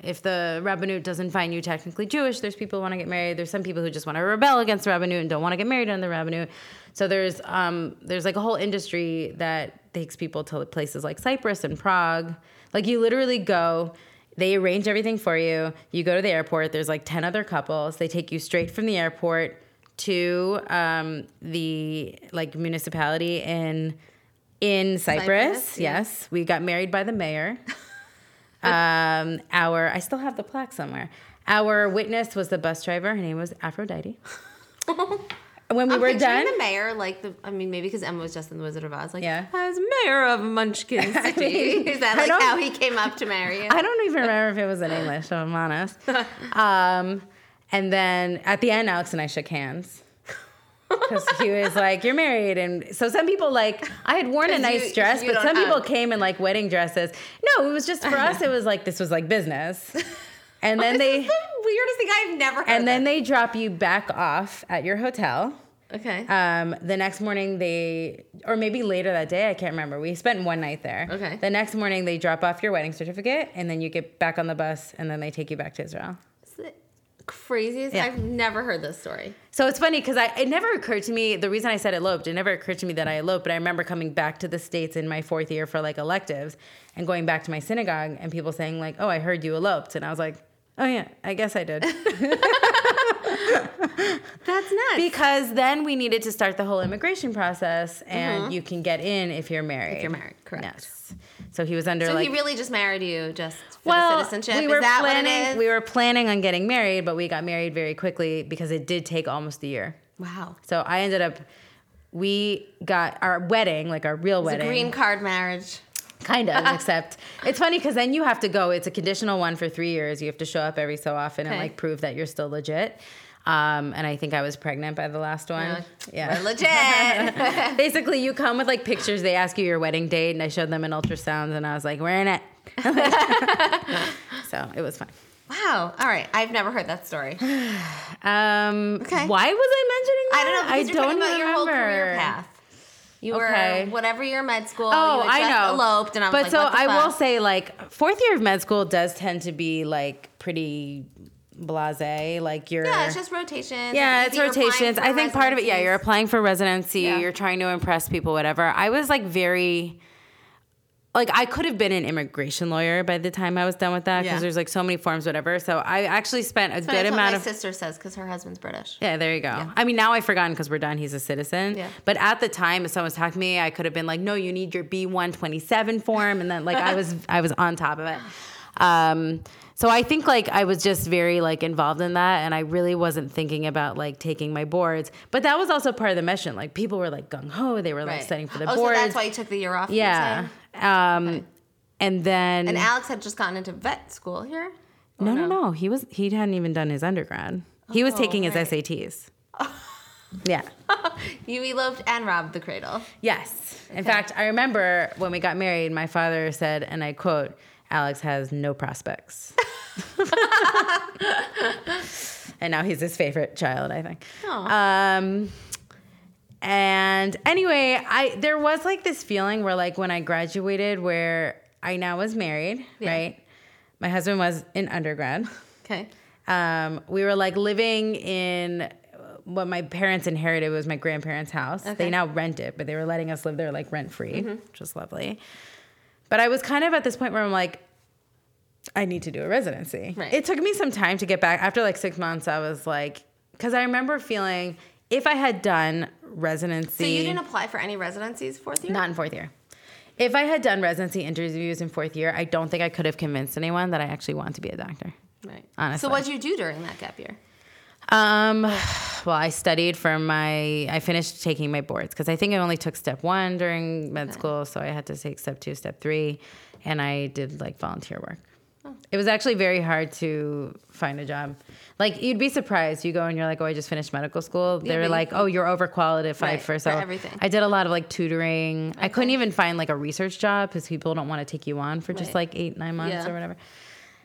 B: if the rabbinut doesn't find you technically Jewish, there's people who want to get married. There's some people who just want to rebel against the rabbinut and don't want to get married under the rabbinut. So there's um there's like a whole industry that takes people to places like Cyprus and Prague. Like you literally go they arrange everything for you. You go to the airport. There's like 10 other couples. They take you straight from the airport to um, the like municipality in in Cyprus.
A: Cyprus, yeah.
B: yes, we got married by the mayor.
A: [LAUGHS]
B: um, our I still have the plaque somewhere. Our witness was the bus driver. Her name was Aphrodite.
A: [LAUGHS]
B: when we
A: I'm
B: were
A: picturing
B: done,
A: The mayor, like the, I mean, maybe because Emma was just in The Wizard of Oz, like
B: Yeah.
A: as mayor of
B: [LAUGHS]
A: Munchkin City.
B: mean,
A: Is that like
B: I don't-
A: how he came up to marry you?
B: I
A: [LAUGHS]
B: don't even remember if it was in English. If I'm honest. Um, and then at the end, Alex and I shook hands. Because he was like, "You're married," and so some people like I had worn a
A: 'Cause
B: nice
A: you-
B: dress,
A: you
B: but
A: don't
B: some people
A: have-
B: came in like wedding dresses. No, it was just for us. It was like this was like business, and then
A: [LAUGHS] This
B: they
A: is the weirdest thing I've never heard.
B: and then they drop you back off at your hotel.
A: okay,
B: Um, the next morning they, or maybe later that day, I can't remember. We spent one night there.
A: Okay.
B: The next morning they drop off your wedding certificate, and then you get back on the bus, and then they take you back to Israel.
A: It's the craziest.
B: Yeah.
A: I've never heard this story.
B: So it's funny because I it never occurred to me the reason I said eloped it never occurred to me that I eloped but I remember coming back to the states in my fourth year for like electives and going back to my synagogue and people saying like oh I heard you eloped and I was like oh yeah I guess
A: [LAUGHS]
B: I did
A: That's nuts.
B: because then we needed to start the whole immigration process and you can get in if you're married
A: Mm-hmm. you're married, correct.
B: yes so he was under
A: so
B: like
A: he really just married you just for
B: well,
A: the citizenship.
B: We were
A: is that
B: planning,
A: what it is?
B: We were planning on getting married, but we got married very quickly because it did take almost a year.
A: wow.
B: So I ended up, we got our wedding, like our real
A: It's a
B: wedding,
A: green card marriage.
B: [LAUGHS]
A: [LAUGHS]
B: kind of. except it's funny because then you have to go. It's a conditional one for three years. You have to show up every so often and
A: Okay.
B: like prove that you're still legit. Um, and I think I was pregnant by the last one.
A: Like,
B: yeah, [LAUGHS]
A: We're legit. [LAUGHS]
B: Basically, you come with like pictures. They ask you your wedding date, and I showed them an ultrasound, and I was like, "We're in it." [LAUGHS] so it was fun.
A: wow. All right. I've never heard that story.
B: Um,
A: Okay.
B: Why was I
A: I don't
B: mentioning
A: know.
B: that?
A: Because you're talking about your whole career
B: remember.
A: path. You
B: Okay.
A: were whatever year med school.
B: Oh,
A: you had
B: I
A: just
B: know.
A: Eloped, and I was
B: but
A: like,
B: so
A: what the
B: I
A: fuck?
B: will say, like, fourth year of med school does tend to be like pretty blase. Like you're.
A: Yeah, it's just rotations.
B: Yeah,
A: Like,
B: it's
A: you're applying
B: rotations.
A: for
B: I think part of it, yeah,
A: residencies.
B: you're applying for residency,
A: Yeah.
B: you're trying to impress people, whatever. I was like very, like, I could have been an immigration lawyer by the time I was done with that because
A: Yeah.
B: there's like so many forms, whatever. So I actually spent a
A: That's
B: good
A: what
B: amount
A: my
B: of.
A: sister says because her husband's British.
B: Yeah, there you go. I mean, now I've forgotten because we're done. He's a citizen.
A: Yeah.
B: But at the time, if someone's talking to me, I could have been like, "No, you need your B one twenty seven form," and then like I was, I was on top of it. Um, so I think like I was just very like involved in that, and I really wasn't thinking about like taking my boards. But that was also part of the mission. Like people were like gung ho, they were like
A: Right.
B: studying for the
A: oh,
B: boards.
A: so that's why you took the year off. you're
B: yeah.
A: saying?
B: Um, and then
A: And Oh, Alex had just gotten into vet school here.
B: no, no, no, he was he hadn't even done his undergrad. He was
A: Oh,
B: taking his
A: right. [LAUGHS]
B: SATs. yeah.
A: You eloped and robbed the cradle.
B: Yes. In fact, I remember when we got married, my father said, and I quote, Alex has no prospects. [LAUGHS] and now he's his favorite child, I think.
A: Aw.
B: Um, and anyway, I there was like this feeling where like when I graduated where I now was married,
A: Yeah.
B: right? My husband was in undergrad [LAUGHS]
A: Okay.
B: um, we were like living in what my parents inherited was my grandparents' house. They
A: Okay. Mm-hmm.
B: now rent it, but they were letting us live there like rent free, which was lovely. But I was kind of at this point where I'm like, I need to do a residency.
A: Right.
B: It took me some time to get back. After like six months, I was like, because I remember feeling if I had done residency,
A: So you didn't apply for any residencies fourth year?
B: not in fourth year. If I had done residency interviews in fourth year, I don't think I could have convinced anyone that I actually want to be a doctor.
A: Right.
B: Honestly.
A: So what'd you do during that gap year?
B: Um, [SIGHS] well, I studied for my. I finished taking my boards because I think I only took step one during med school, so I had to take step two, step three, and I did like volunteer work.
A: Oh.
B: It was actually very hard to find a job. Like you'd be surprised. You go and you're like, "Oh, I just finished medical school."
A: but
B: They're
A: you
B: like,
A: can-
B: "Oh, you're overqualified
A: Right,
B: for
A: for
B: so."
A: everything.
B: I did a lot of like tutoring. I couldn't even find like a research job because people don't want to take you on for just
A: Right.
B: like eight, nine months
A: Yeah.
B: or whatever.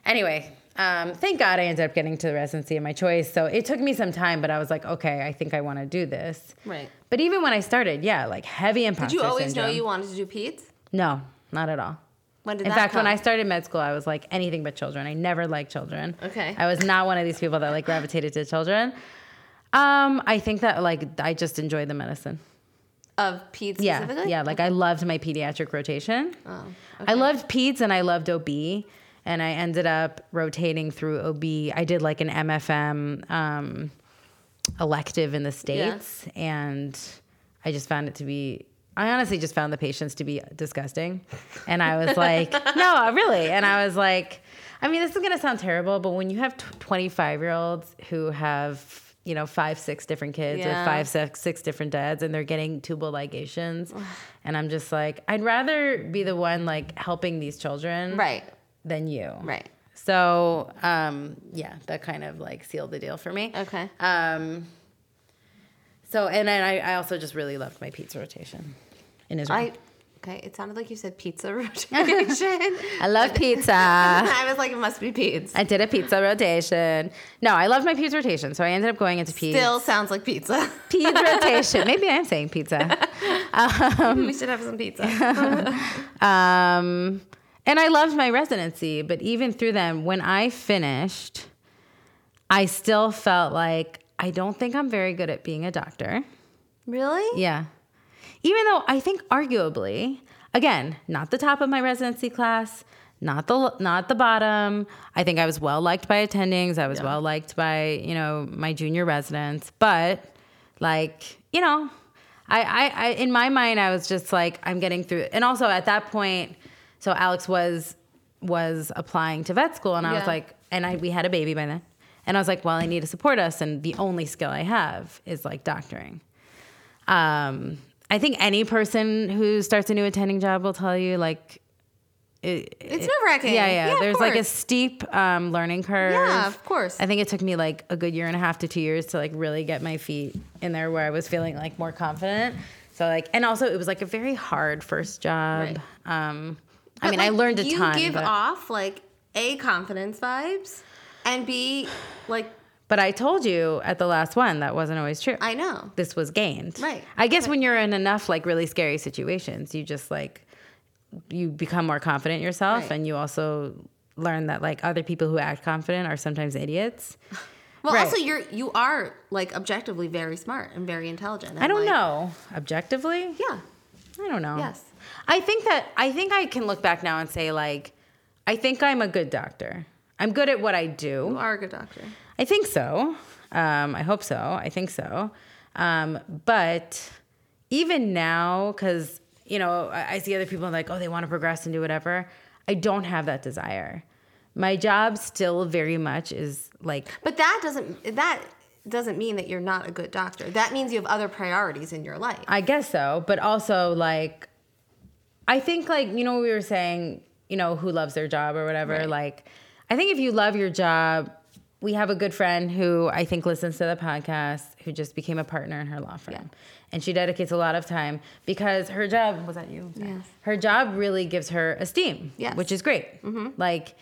B: Anyway, um, thank God I ended up getting to the residency of my choice. So it took me some time, but I was like, okay, I think I want to do this.
A: Right.
B: But even when I started, yeah, like heavy imposter
A: Did you always
B: syndrome.
A: know you wanted to do peds?
B: No, not at all.
A: When did
B: In
A: that
B: fact,
A: come?
B: when I started med school, I was like anything but children. I never liked children.
A: Okay.
B: I was not one of these people that like gravitated to children. Um, I think that like I just enjoyed the medicine.
A: of peds
B: Yeah,
A: specifically?
B: yeah. Like I loved my pediatric rotation.
A: Oh,
B: I loved peds and I loved OB, and I ended up rotating through OB. I did like an MFM um, elective in the states, and I just found it to be. I honestly just found the patients to be disgusting, and I
A: [LAUGHS]
B: was like, no, really, and I was like. I mean, this is gonna sound terrible, but when you have tw 25 year olds who have, you know, five, six different kids
A: Yeah.
B: or five, six, six different dads and they're getting tubal ligations. and I'm just like, I'd rather be the one like helping these children
A: Right.
B: than you.
A: Right.
B: So, um, yeah, that kind of like sealed the deal for me.
A: Okay.
B: Um, so, and then I, I also just really loved my pizza rotation in Israel.
A: I okay. It sounded like you said pizza [LAUGHS]
B: [LAUGHS]
A: rotation.
B: I love pizza.
A: I was like, it must be peds.
B: I did a pizza rotation. No, I loved my pizza rotation. So I ended up going into pizza.
A: Still sounds like
B: [LAUGHS]
A: pizza.
B: Pizza rotation. Maybe I am saying
A: [LAUGHS]
B: pizza.
A: we should have some pizza.
B: Um, and I loved my residency, but even through them, when I finished, I still felt like I don't think I'm very good at being a doctor.
A: Really?
B: Yeah. Even though I think arguably, again, not the top of my residency class, not the not the bottom. I think I was well liked by attendings. I was well liked by, you know, my junior residents, but like, you know, I, I, I in my mind I was just like I'm getting through and also at that point so Alex was was applying to vet school and I was
A: Yeah.
B: like and I we had a baby by then. And I was like, well, I need to support us and the only skill I have is like doctoring um, I think any person who starts a new attending job will tell you like it,
A: It's nerve-wracking.
B: Yeah, yeah.
A: Yeah, of
B: There's like a
A: course.
B: steep um, learning curve.
A: Yeah, of course.
B: I think it took me like a good year and a half to two years to like really get my feet in there where I was feeling like more confident. So like, and also it was like a very hard first job. Um, I
A: But,
B: mean, I
A: like,
B: learned a
A: you
B: ton,
A: You give
B: but,
A: off like a confidence vibes, and b like
B: but I told you at the last one that wasn't always true.
A: I know.
B: this was gained.
A: Right.
B: I guess when you're in enough like really scary situations, you just like you become more confident in yourself
A: Right.
B: and you also learn that like other people who act confident are sometimes idiots.
A: Well,
B: Right.
A: also you're you are like objectively very smart and very intelligent. and,
B: I don't
A: like-
B: know. Objectively?
A: Yeah.
B: I don't know.
A: Yes.
B: I think that I think I can look back now and say like I think I'm a good doctor. I'm good at what I do.
A: You are a good doctor.
B: I think so. Um, I hope so. I think so. Um, but even now, because you know, I, I see other people like, oh, they want to progress and do whatever. I don't have that desire. My job still very much is like
A: But that doesn't that doesn't mean that you're not a good doctor. That means you have other priorities in your life.
B: I guess so, but also like I think like you know we were saying, you know, who loves their job or whatever,
A: Right.
B: like I think if you love your job, we have a good friend who I think listens to the podcast who just became a partner in her law firm.
A: Yeah.
B: And she dedicates a lot of time because her job was that you?
A: Yes.
B: Her job really gives her esteem,
A: Yes.
B: which is great.
A: Mm-hmm.
B: Like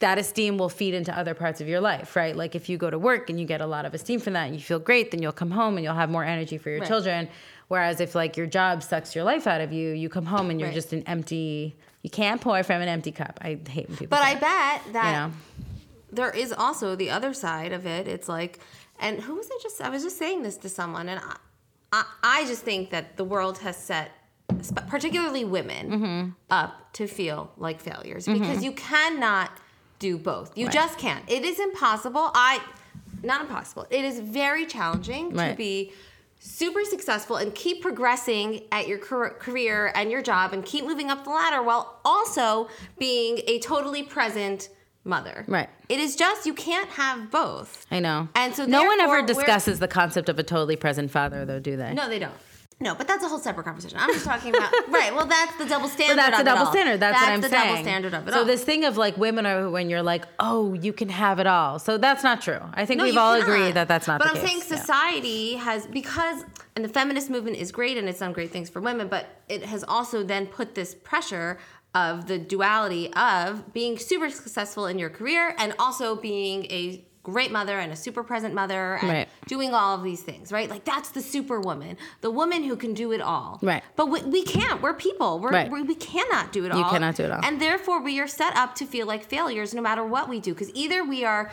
B: that esteem will feed into other parts of your life, right? Like if you go to work and you get a lot of esteem from that and you feel great, then you'll come home and you'll have more energy for your
A: Right.
B: children. Whereas if like your job sucks your life out of you, you come home and you're
A: Right.
B: just an empty. You can't pour from an empty cup. I hate when people.
A: But
B: say
A: I bet that
B: that, you know.
A: there is also the other side of it. It's like, and who was I just? I was just saying this to someone, and I, I, I just think that the world has set, sp- particularly women, up to feel like failures because you cannot do both. You just can't. It is impossible. I, not impossible. It is very challenging to
B: Right.
A: be super successful and keep progressing at your car- career and your job and keep moving up the ladder while also being a totally present mother.
B: Right.
A: It is just you can't have both.
B: I know.
A: And so
B: no one
A: therefore
B: ever
A: we're-
B: discusses the concept of a totally present father, though, do they?
A: No, they don't. No, but that's a whole separate conversation. I'm just talking about [LAUGHS] right. Well, that's the double standard.
B: But that's
A: of
B: a
A: it
B: double
A: all.
B: standard. That's, what I'm
A: the
B: saying.
A: double standard of it
B: so
A: all.
B: this thing of like women are when you're like, oh, you can have it all. So that's not true. I think
A: No,
B: we've
A: you
B: all
A: cannot.
B: agreed that that's not.
A: But
B: the
A: I'm
B: case.
A: saying
B: Yeah.
A: society has because and the feminist movement is great and it's done great things for women, but it has also then put this pressure of the duality of being super successful in your career and also being a great mother and a super present mother and
B: Right.
A: doing all of these things, right? Like that's the superwoman, the woman who can do it all.
B: Right.
A: But we, we can't. We're people. We're,
B: Right.
A: we we cannot do it
B: You
A: all.
B: cannot do it all.
A: And and therefore, we are set up to feel like failures no matter what we do. Because either we are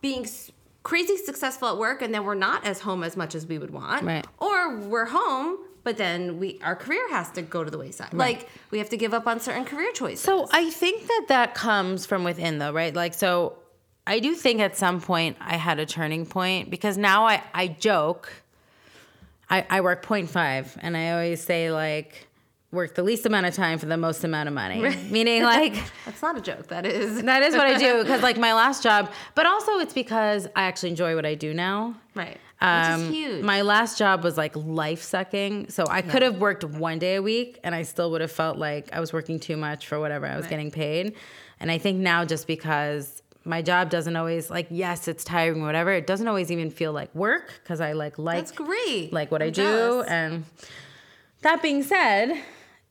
A: being s- crazy successful at work and then we're not as home as much as we would want,
B: Right.
A: or we're home, but then we our career has to go to the wayside. Like we have to give up on certain career choices.
B: So I think that that comes from within, though, right? Like, so I do think at some point I had a turning point because now I, I joke. I, I work 0.5 and I always say, like, work the least amount of time for the most amount of money. Meaning, like, [LAUGHS]
A: that's not a joke. That is
B: that is what I do because, like, my last job, but also it's because I actually enjoy what I do now.
A: [LAUGHS] right, which
B: Um,
A: is huge.
B: My last job was like life sucking. So I could have worked one day a week and I still would have felt like I was working too much for whatever I was
A: Right.
B: getting paid. And I think now just because my job doesn't always like yes it's tiring whatever it doesn't always even feel like work because i like like
A: that's great.
B: like what i
A: I'm
B: do
A: jealous.
B: and that being said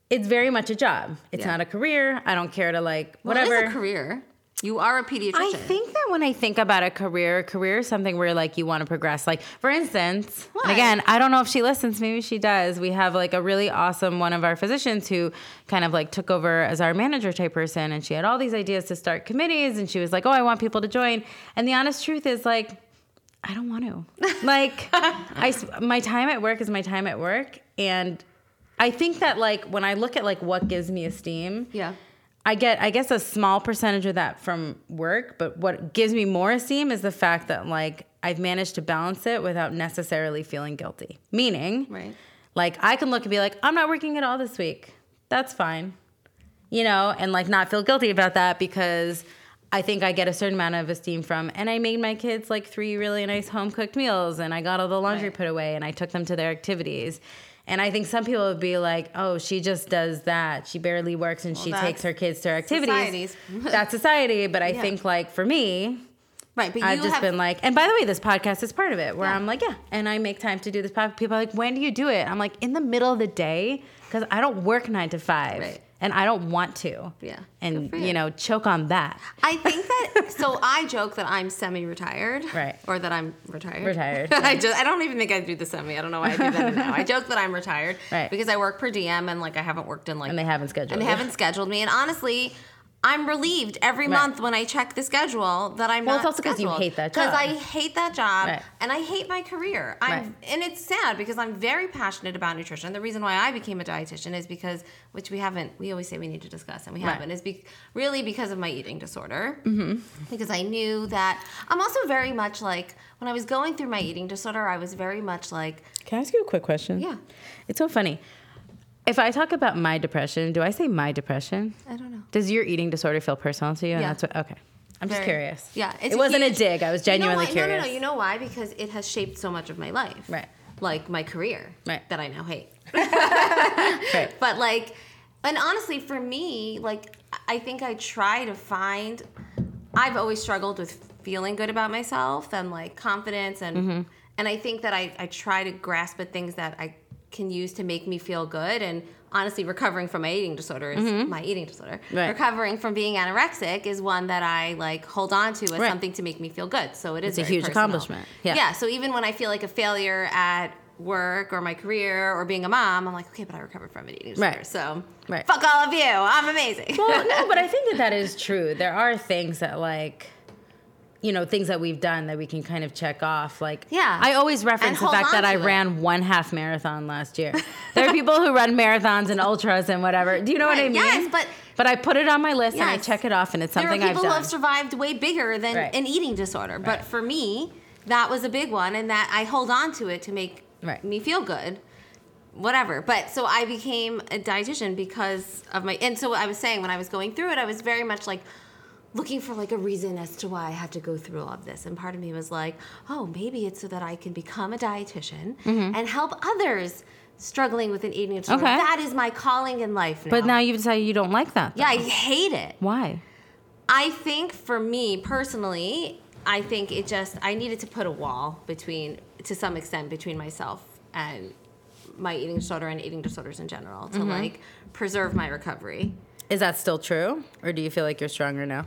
B: it's very much a job it's
A: Yeah.
B: not a career i don't care to like
A: Well, it is
B: whatever
A: a career. You are a pediatrician.
B: I think that when I think about a career, a career is something where like you want to progress. Like for instance, and
A: What?
B: again, I don't know if she listens, maybe she does. We have like a really awesome one of our physicians who kind of like took over as our manager type person and she had all these ideas to start committees and she was like, "Oh, I want people to join." And the honest truth is like I don't want to. Like I s- my time at work is my time at work and I think that like when I look at like what gives me esteem,
A: Yeah.
B: I get, I guess, a small percentage of that from work, but what gives me more esteem is the fact that, like, I've managed to balance it without necessarily feeling guilty. Meaning,
A: Right.
B: like, I can look and be like, I'm not working at all this week. That's fine. You know, and like not feel guilty about that because I think I get a certain amount of esteem from, and I made my kids like three really nice home cooked meals, and I got all the laundry
A: Right.
B: put away, and I took them to their activities. And I think some people would be like, oh, she just does that. She barely works and she takes
A: that's
B: her kids to her activities.
A: society's- [LAUGHS]
B: that's society. But I
A: Yeah.
B: think, like, for me,
A: Right, but
B: I've
A: you
B: just
A: have
B: been like, and by the way, this podcast is part of it where
A: Yeah.
B: I'm like, yeah, and I make time to do this podcast. People are like, when do you do it? I'm like, in the middle of the day, because I don't work nine to five
A: Right.
B: and I don't want to.
A: Yeah.
B: And,
A: Good for
B: you
A: you.
B: know, choke on that.
A: I think that so I joke that I'm semi-retired,
B: Right.
A: Or that I'm retired. [LAUGHS]
B: Retired,
A: I just I don't even think I do the semi. I don't know why I do that now. I joke that I'm retired,
B: [LAUGHS] Right.
A: Because I work per diem and like I haven't worked in like
B: And they haven't scheduled
A: and they
B: you.
A: haven't scheduled me. And honestly, I'm relieved every
B: Right.
A: month when I check the schedule that I'm
B: Well,
A: not.
B: it's also 'cause you hate that job.
A: Because I hate that job
B: Right.
A: and I hate my career. I'm,
B: Right.
A: And it's sad because I'm very passionate about nutrition. The reason why I became a dietitian is because, which we haven't, we always say we need to discuss and we
B: Right. Mm-hmm.
A: haven't, is be, really because of my eating disorder. Because I knew that I'm also very much like, when I was going through my eating disorder, I was very much like,
B: Can I ask you a quick question?
A: Yeah.
B: It's so funny. If I talk about my depression, do I say my depression?
A: I don't know.
B: Does your eating disorder feel personal to you? And
A: Yeah.
B: that's what, okay. I'm just
A: Very-
B: curious.
A: Yeah, it's
B: it wasn't
A: huge-
B: a dig. I was genuinely
A: you know why-
B: curious.
A: No, no, no. You know why? Because it has shaped so much of my life.
B: Right.
A: Like my career.
B: Right.
A: That I now hate.
B: Right.
A: But like, and honestly, for me, like, I think I try to find. I've always struggled with feeling good about myself and like confidence and
B: Mm-hmm.
A: and I think that I I try to grasp at things that I can use to make me feel good and honestly recovering from my eating disorder is my eating disorder
B: Mm-hmm. Right.
A: recovering from being anorexic is one that i like hold on to as
B: Right.
A: something to make me feel good so it is
B: a
A: very
B: huge
A: personal.
B: accomplishment. Yeah.
A: yeah so even when I feel like a failure at work or my career or being a mom, I'm like, okay, but I recovered from it eating disorder.
B: Right.
A: So
B: Right.
A: fuck all of you. I'm amazing. [LAUGHS]
B: well, no, but I think that that is true. There are things that like. You know, things that we've done that we can kind of check off. Like,
A: Yeah.
B: I always
A: And
B: reference the
A: hold
B: fact
A: on
B: that I
A: to it.
B: ran one half marathon
A: [LAUGHS]
B: last year. there are people who run marathons and ultras and whatever. Do you know what I
A: Right,
B: mean?
A: yes, but-
B: but I put it on my list and I
A: Yes.
B: check it off, and it's
A: there are
B: something I've
A: people who
B: done.
A: have survived way bigger than
B: Right.
A: an eating disorder. But
B: Right.
A: for me, that was a big one and that I hold on to it to make
B: Right.
A: me feel good. Whatever. But so I became a dietitian because of my and so I was saying when I was going through it, I was very much like looking for like a reason as to why I had to go through all of this. And part of me was like, oh, maybe it's so that I can become a dietitian and help others struggling with an eating disorder.
B: Mm-hmm. Okay.
A: That is my calling in life now.
B: But now you've decided you don't like that.
A: yeah, I hate it.
B: Why?
A: I think for me personally, I think it just I needed to put a wall between to some extent between myself and my eating disorder and eating disorders in general to like preserve my recovery.
B: Is that still true? Or do you feel like you're stronger now?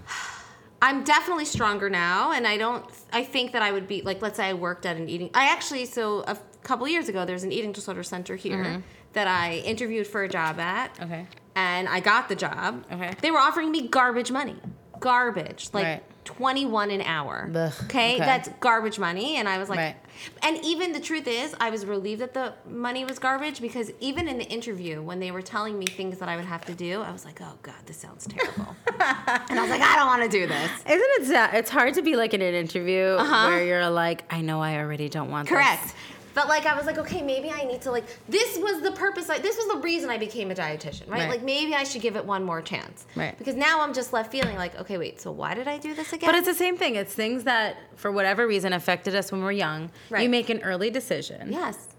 A: I'm definitely stronger now, and I don't. I think that I would be like, let's say I worked at an eating. I actually so a couple years ago, there's an eating disorder center here that I interviewed for a job at.
B: [SIGHS] Okay.
A: And I got the job.
B: Okay.
A: They were offering me garbage money, garbage like
B: Right.
A: 21 an hour.
B: Ugh,
A: okay?
B: okay.
A: that's garbage money, and I was like,
B: Right.
A: and even the truth is, I was relieved that the money was garbage because even in the interview, when they were telling me things that I would have to do, I was like, oh god, this sounds
B: [LAUGHS]
A: terrible, and I was like, I don't want to do this.
B: Isn't it sad? It's hard to be like in an interview where you're like, I know I already don't want
A: Uh-huh. Correct. But like I was like, okay, maybe I need to like this was the purpose I this was the reason I became a dietitian, right?
B: Right.
A: Like maybe I should give it one more chance.
B: Right.
A: Because now I'm just left feeling like, okay, wait, so why did I do this again?
B: But it's the same thing. It's things that, for whatever reason, affected us when we we're young. You
A: Right.
B: make an early decision.
A: Yes.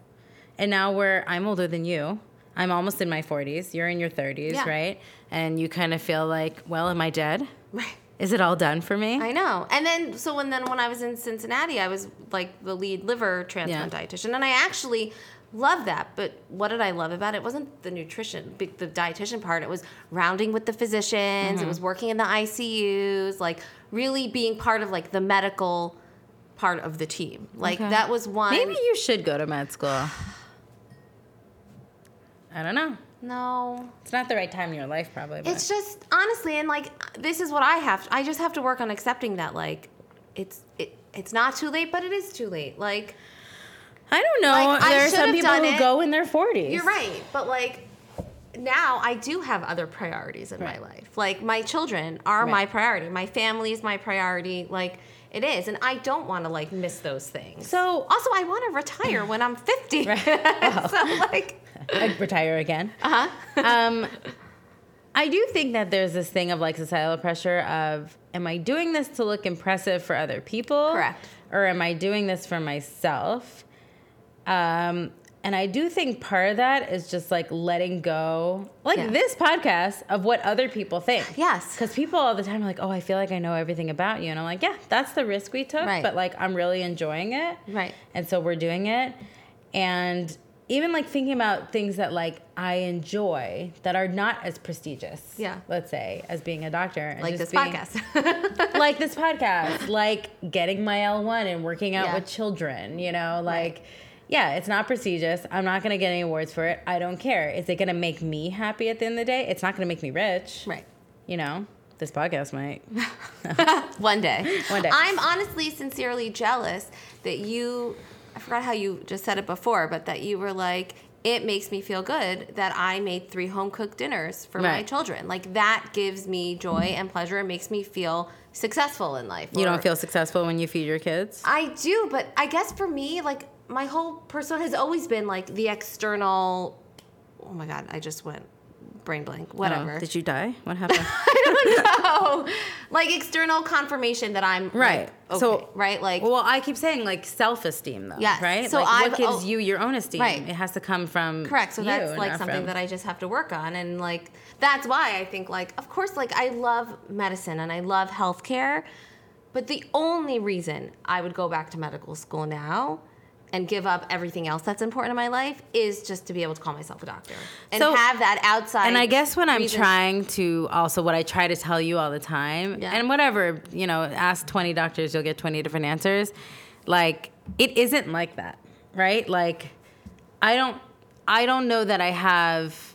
B: And now we're, I'm older than you. I'm almost in my 40s. You're in your 30s,
A: Yeah.
B: right? And you kind of feel like, well, am I dead?
A: Right.
B: Is it all done for me?
A: I know. And then so when then when I was in Cincinnati, I was like the lead liver transplant
B: Yeah.
A: dietitian, and I actually love that. But what did I love about it? It wasn't the nutrition, be- the dietitian part. It was rounding with the physicians.
B: Mm-hmm.
A: It was working in the ICUs, like really being part of like the medical part of the team. Like
B: Okay.
A: that was one.
B: Maybe you should go to med school. I don't know.
A: no.
B: It's not the right time in your life, probably. But.
A: It's just honestly, and like this is what I have. I just have to work on accepting that like it's it, it's not too late, but it is too late. Like.
B: I don't know.
A: Like, I
B: there are
A: should
B: some
A: have
B: people
A: done
B: who
A: it.
B: go in their 40s.
A: You're right, but like now I do have other priorities in
B: Right.
A: my life. Like my children are
B: Right.
A: my priority. My family is my priority. Like it is, and I don't want to like miss those things.
B: So-
A: also, I want to retire when I'm 50.
B: [LAUGHS] Right.
A: [LAUGHS] so like,
B: I'd retire again.
A: uh
B: [LAUGHS]
A: huh.
B: Um, I do think that there's this thing of like societal pressure of am I doing this to look impressive for other people?
A: Correct.
B: Or am I doing this for myself? Um, and I do think part of that is just like letting go, like
A: Yeah.
B: this podcast, of what other people think.
A: Yes.
B: Because people all the time are like, oh, I feel like I know everything about you. And I'm like, yeah, that's the risk we took,
A: Right.
B: but like I'm really enjoying it.
A: Right.
B: And so we're doing it. And even like thinking about things that like I enjoy that are not as prestigious.
A: Yeah.
B: Let's say as being a doctor. And
A: Like this
B: just being-
A: podcast. [LAUGHS]
B: [LAUGHS] like this podcast. Like getting my L1 and working out
A: Yeah.
B: with children, you know, like yeah, it's not prestigious. I'm not gonna get any awards for it. I don't care. Is it gonna make me happy at the end of the day? It's not gonna make me rich.
A: right.
B: You know? This podcast might.
A: One day.
B: One day.
A: I'm honestly, sincerely jealous that you, I forgot how you just said it before, but that you were like, it makes me feel good that I made three home cooked dinners for my
B: Right.
A: children. Like, that gives me joy and pleasure. It makes me feel successful in life. [LAUGHS]
B: You
A: or-
B: don't feel successful when you feed your kids?
A: I do, but I guess for me, like, my whole persona has always been like the external. Oh my God, I just went brain blank. Whatever.
B: Oh, did you die? What happened?
A: [LAUGHS]
B: [LAUGHS]
A: oh, like external confirmation that I'm like,
B: Right.
A: okay,
B: So-
A: right, like
B: Well, I keep saying like self esteem though.
A: Yes.
B: Right.
A: So
B: like
A: I've-
B: what gives
A: oh,
B: you your own esteem?
A: right.
B: It has to come from
A: correct so
B: you,
A: that's like
B: not
A: something
B: from-
A: that i just have to work on and like that's why i think like of course like i love medicine and i love healthcare but the only reason i would go back to medical school now and give up everything else that's important in my life is just to be able to call myself a doctor and
B: So-
A: have that outside
B: And I guess when I'm
A: reason-
B: trying to also what I try to tell you all the time,
A: Yeah.
B: and whatever you know, ask twenty doctors, you'll get twenty different answers. Like it isn't like that, right? Like I don't, I don't know that I have.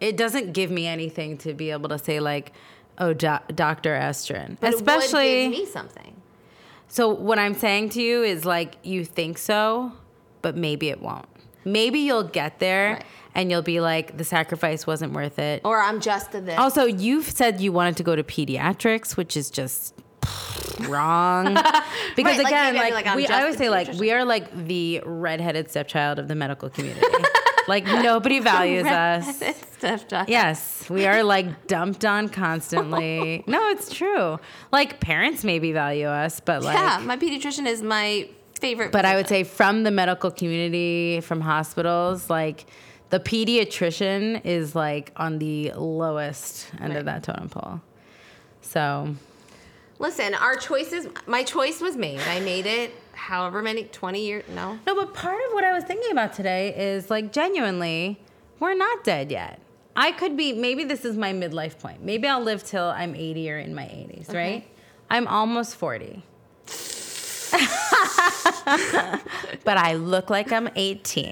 B: It doesn't give me anything to be able to say like, oh, doc Doctor Estrin,
A: but it would give
B: especially
A: me something
B: So what I'm saying to you is like you think so, but maybe it won't. Maybe you'll get there
A: Right.
B: and you'll be like the sacrifice wasn't worth it.
A: or i'm just a this
B: Also, you've said you wanted to go to pediatrics, which is just [LAUGHS] wrong. Because
A: [LAUGHS] Right, like, maybe
B: again,
A: I'd be
B: like,
A: like, I'm
B: we,
A: just
B: I always
A: a
B: say, like
A: pediatrician.
B: we are like the redheaded stepchild of the medical community. Like
A: [LAUGHS]
B: nobody [LAUGHS] values us.
A: Stuff talk.
B: Yes, we are like dumped on
A: [LAUGHS]
B: constantly. no, it's true. Like parents maybe value us, but like
A: yeah, my pediatrician is my favorite.
B: but I would say from the medical community, from hospitals, like the pediatrician is like on the lowest end of that totem pole. So
A: Listen, our choices. My choice was made. I made it. However many, twenty years. No,
B: no, but part of what I was thinking about today is like genuinely, we're not dead yet. I could be maybe this is my midlife point. Maybe I'll live till I'm 80 or in my 80s, right? I'm almost 40. but I look like I'm 18.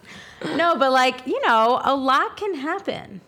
B: [LAUGHS] no, but like, you know, a lot can happen.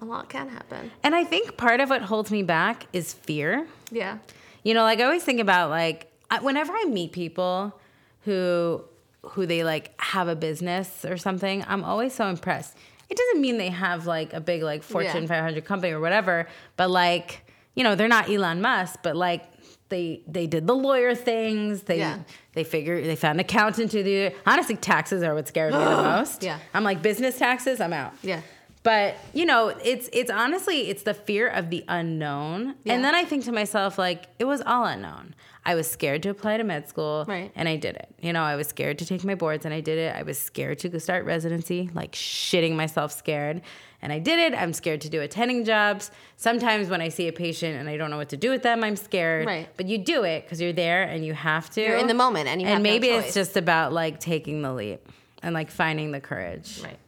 A: a lot can happen.
B: And I think part of what holds me back is fear.
A: Yeah.
B: You know, like I always think about like I, whenever I meet people who who they like have a business or something, I'm always so impressed. It doesn't mean they have like a big like Fortune
A: Yeah.
B: 500 company or whatever, but like, you know, they're not Elon Musk, but like they they did the lawyer things. They
A: Yeah.
B: they figure they found an accountant to do. Honestly, taxes are what scares me
A: [GASPS]
B: the most.
A: Yeah.
B: I'm like business taxes, I'm out
A: Yeah.
B: but you know it's it's honestly it's the fear of the unknown
A: Yeah.
B: and then i think to myself like it was all unknown i was scared to apply to med school
A: Right.
B: and i did it you know i was scared to take my boards and i did it i was scared to go start residency like shitting myself scared and i did it i'm scared to do attending jobs sometimes when i see a patient and i don't know what to do with them i'm scared
A: Right.
B: but you do it because you're there and you have to
A: You're in the moment and you
B: and
A: have no
B: maybe it's
A: choice.
B: just about like taking the leap and like finding the courage
A: Right.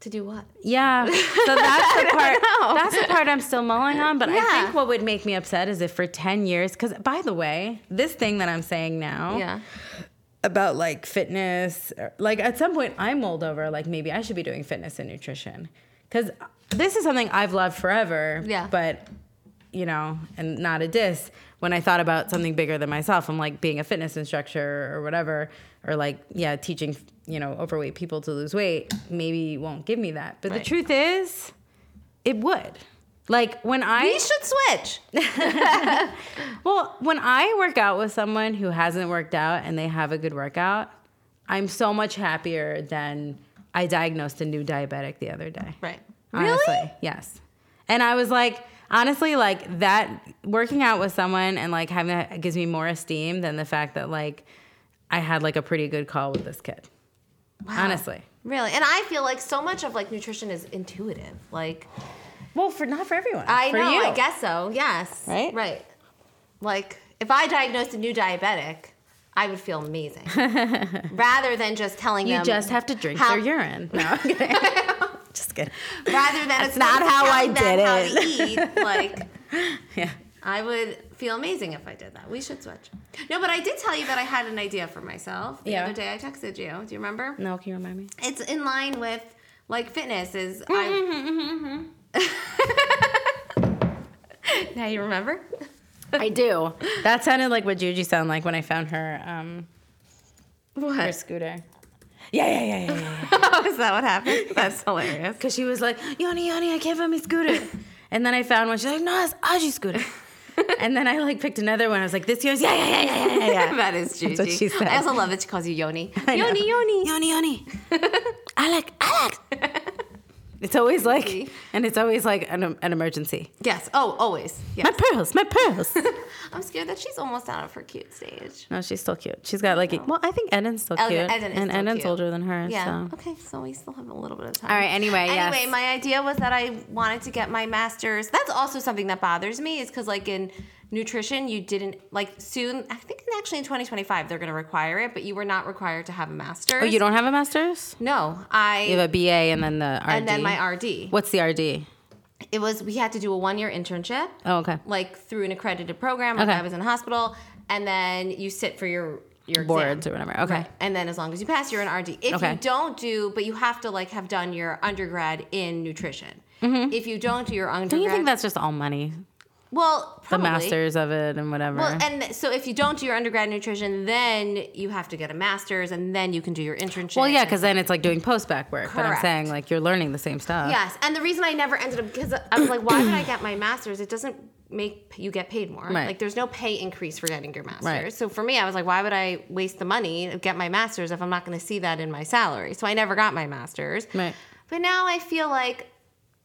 A: To do what? [LAUGHS]
B: Yeah. So that's the part. That's the part I'm still mulling on. But I
A: Yeah.
B: think what would make me upset is if for ten years, because by the way, this thing that I'm saying now
A: Yeah.
B: about like fitness, or- like at some point I mulled over like maybe I should be doing fitness and nutrition because this is something I've loved forever.
A: Yeah.
B: But you know, and not a diss. When I thought about something bigger than myself, I'm like being a fitness instructor or whatever, or like yeah, teaching you know overweight people to lose weight. Maybe won't give me that. But
A: Right.
B: the truth is, it would. Like when I
A: We should switch.
B: well, when I work out with someone who hasn't worked out and they have a good workout, I'm so much happier than I diagnosed a new diabetic the other day.
A: Right.
B: Honestly,
A: Really?
B: Yes. And I was like, honestly, like that working out with someone and like having that gives me more esteem than the fact that like I had like a pretty good call with this kid. Honestly.
A: Really. And I feel like so much of like nutrition is intuitive. Like
B: Well, for not for everyone.
A: I
B: for
A: know,
B: you.
A: I guess so. Yes.
B: Right?
A: Right. Like if I diagnosed a new diabetic, I would feel amazing.
B: [LAUGHS]
A: rather than just telling
B: You
A: them
B: just have to drink
A: how-
B: their urine. No, [LAUGHS] I'm kidding. just kidding.
A: rather than it's
B: not how I did
A: it. How to eat, like
B: Yeah.
A: I would feel amazing if I did that. We should switch. No, but I did tell you that I had an idea for myself the
B: Yeah.
A: other day. I texted you. Do you remember?
B: No, can you remind me?
A: It's in line with like fitness.
B: [LAUGHS]
A: Is I now you remember?
B: I do. That sounded like what Juju sounded like when I found her um, her
A: What?
B: scooter. Yeah, yeah, yeah, yeah,
A: [LAUGHS]
B: yeah.
A: Is that what
B: [LAUGHS]
A: happened? That's [LAUGHS] hilarious.
B: Because she was like, Yoni, Yoni, I can't find my scooter. [LAUGHS] And then I found one. She's like, No, it's Aji's [LAUGHS] scooter. and then I like picked another one. I was like, This yours? Yeah, yeah, yeah, yeah, yeah, yeah.
A: that is Gigi.
B: That's what she said.
A: I also love that she calls you Yoni.
B: [LAUGHS] I know.
A: Yoni, Yoni.
B: [LAUGHS] Yoni, [LAUGHS] Yoni. Alec, Alec. [LAUGHS] It's always like, and it's always like an, an emergency.
A: Yes. Oh, always.
B: My
A: Yes.
B: pearls, my pearls. [LAUGHS]
A: I'm scared that she's almost out of her cute stage.
B: no, she's still cute. She's got like, well, I think Eden's still
A: Oh,
B: cute.
A: yeah, Eden is
B: and
A: still
B: Eden's
A: cute.
B: older than her.
A: Yeah.
B: So.
A: Okay, so we still have a little bit of time.
B: All right, anyway, yes.
A: Anyway, my idea was that I wanted to get my master's. That's also something that bothers me is because, like, in nutrition, you didn't, like, soon, I think actually in 2025, they're going to require it, but you were not required to have a master's.
B: Oh, you don't have a master's?
A: No, I.
B: You have a BA and then the RD.
A: and then my RD.
B: What's the RD?
A: It was, we had to do a one year internship.
B: Oh, okay.
A: like through an accredited program. Like
B: Okay.
A: I was in the hospital, and then you sit for your your exam.
B: Boards or whatever. Okay.
A: Right. And then as long as you pass, you're an RD. If
B: Okay.
A: you don't do, but you have to like have done your undergrad in nutrition. If you don't do your undergrad,
B: Mm-hmm. Don't you think that's just all money?
A: well
B: The
A: probably.
B: masters of it and whatever.
A: Well, and th- so if you don't do your undergrad in nutrition, then you have to get a master's, and then you can do your internship.
B: well, yeah, because then it's like doing post back work. But I'm
A: Correct. [LAUGHS]
B: saying like you're learning the same stuff.
A: Yes, and the reason I never ended up because I was like, why did I get my master's? It doesn't make you get paid more.
B: Right.
A: Like there's no pay increase for getting your master's.
B: Right.
A: So for me, I was like, why would I waste the money to get my master's if I'm not going to see that in my salary? So I never got my master's.
B: Right.
A: But now I feel like,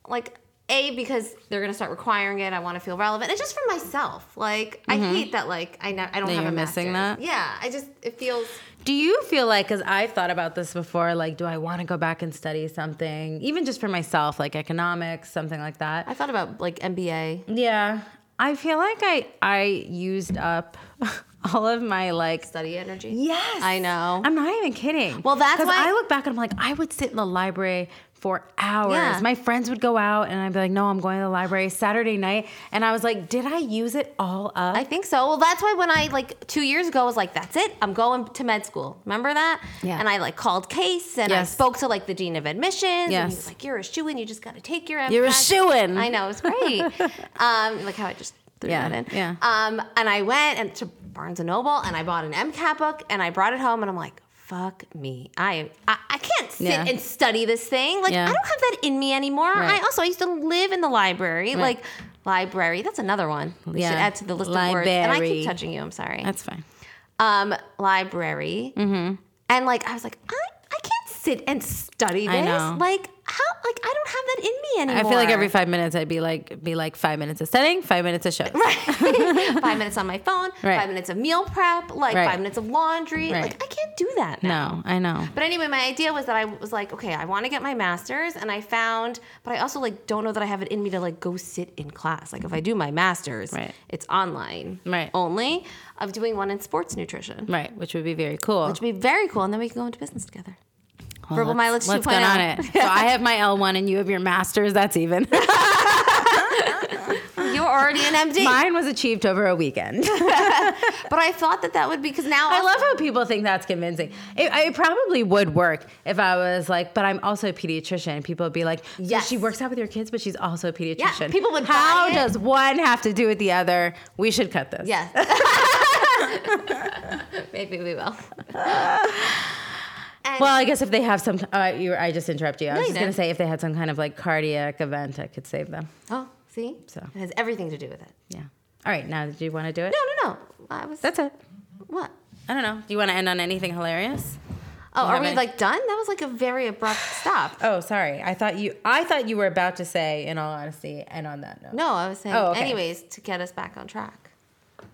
A: like a because they're going to start requiring it. I want to feel relevant, and just for myself, like I hate that. Like I ne- I don't
B: Mm-hmm. That
A: have a
B: you're
A: master's.
B: missing that?
A: Yeah, I just it feels.
B: Do you feel like, because I've thought about this before, like, do I want to go back and study something, even just for myself, like economics, something like that?
A: I thought about like MBA.
B: Yeah. I feel like I I used up [LAUGHS] all of my like
A: study energy.
B: Yes.
A: I know.
B: I'm not even kidding.
A: Well, that's
B: 'Cause
A: why-
B: I look back and I'm like, I would sit in the library for hours.
A: Yeah.
B: My friends would go out and I'd be like, no, I'm going to the library Saturday night. And I was like, did I use it all up?
A: I think so. Well, that's why when I like two years ago I was like, "That's it, I'm going to med school." Remember that?
B: Yeah.
A: And I like called Case and I
B: Yes.
A: spoke to like the dean of admissions. And he
B: Yes.
A: was like, "You're a shoe in. You just got to take your MCAT."
B: You're a shoo-in.
A: I know. It was
B: [LAUGHS]
A: great. um, like how I just threw
B: Yeah,
A: that in.
B: yeah.
A: Um, and I went and to Barnes and Noble and I bought an MCAT book and I brought it home and I'm like. Fuck me. I I, I can't sit
B: Yeah.
A: and study this thing. Like
B: Yeah.
A: I don't have that in me anymore.
B: Right.
A: I also I used to live in the library. Like library. That's another one. We should
B: Yeah.
A: add to the list of words. And I keep
B: Library.
A: touching you. I'm sorry.
B: That's fine.
A: Um, library. Mm-hmm. And like, I was like, I, I can't sit and study this.
B: I know.
A: Like, how? Like, I don't have that in me anymore.
B: I feel like every five minutes I'd be like, be like five minutes of studying, five minutes of shows. [LAUGHS]
A: Right. five minutes on my phone.
B: Right.
A: Five minutes of meal prep. Like
B: Right.
A: five minutes of laundry.
B: Right.
A: Like, I can't do that now.
B: No, I know.
A: But anyway, my idea was that I was like, okay, I want to get my master's, and I found, but I also like don't know that I have it in me to like go sit in class. Like if I do my master's,
B: Right.
A: it's online
B: Right.
A: only. Of doing one in sports nutrition,
B: Right, which would be very cool.
A: which would be very cool, and then we can go into business together.
B: Well,
A: verbal
B: let's-
A: mileage
B: Let's get
A: 2.0.
B: on it. So I have my L1 and you have your master's. That's even.
A: [LAUGHS] You're already an MD,
B: [LAUGHS] Mine was achieved over a weekend.
A: but I thought that that would be because now
B: I
A: [LAUGHS]
B: love how people think that's convincing. It, it probably would work if I was like, but I'm also a pediatrician. And people would be like, yeah,
A: Yes.
B: she works out with your kids, but she's also a pediatrician.
A: people would
B: How
A: buy it.
B: does one have to do with the other? We should cut this.
A: Yes. [LAUGHS] Maybe we will. [LAUGHS] And
B: Well, I guess if they have some, uh, you, I just interrupt you. I was
A: you
B: just going
A: didn't.
B: to say if they had some kind of like cardiac event, I could save them.
A: oh, see,
B: So.
A: it has everything to do with it.
B: Yeah. All right. Now, do you want to do it?
A: No, no, no. I was
B: That's it.
A: what.
B: I don't know. Do you want to end on anything hilarious?
A: Oh,
B: You
A: are we
B: haven't-
A: like done? That was like a very [SIGHS] abrupt stop.
B: Oh, sorry. I thought you. I thought you were about to say, in all honesty, and on that note.
A: No, I was saying,
B: Oh, okay.
A: anyways, to get us back on track.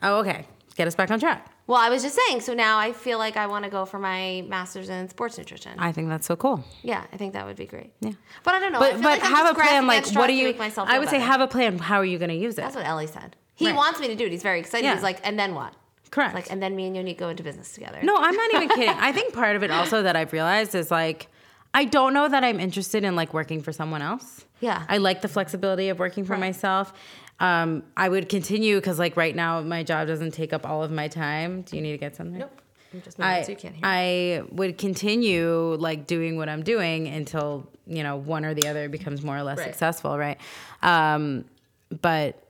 B: Oh, okay. Get us back on track.
A: Well, I was just saying, so now I feel like I want to go for my master's in sports nutrition.
B: I think that's so cool.
A: yeah, I think that would be great.
B: Yeah.
A: But I don't know. I
B: But
A: feel
B: but
A: like I'm
B: have a
A: just grasping
B: plan.
A: at
B: Like,
A: straws
B: what do
A: to
B: you?
A: make myself
B: I
A: feel
B: would say
A: better.
B: have a plan. How are you going to use it?
A: That's what Ellie said. He
B: Right.
A: wants me to do it. He's very excited.
B: Yeah.
A: He's like, and then what?
B: Correct.
A: Like, and then me and Yoni go into business together.
B: no, I'm not even kidding. I think part of it also that I've realized is like. I don't know that I'm interested in like working for someone else.
A: Yeah.
B: I like the flexibility of working for
A: Right.
B: myself. Um, I would continue because like right now my job doesn't take up all of my time. Do you need to get something?
A: Nope. I'm just moving
B: I,
A: so you can't hear.
B: I would continue like doing what I'm doing until you know one or the other becomes more or less
A: Right.
B: successful, right? Um, but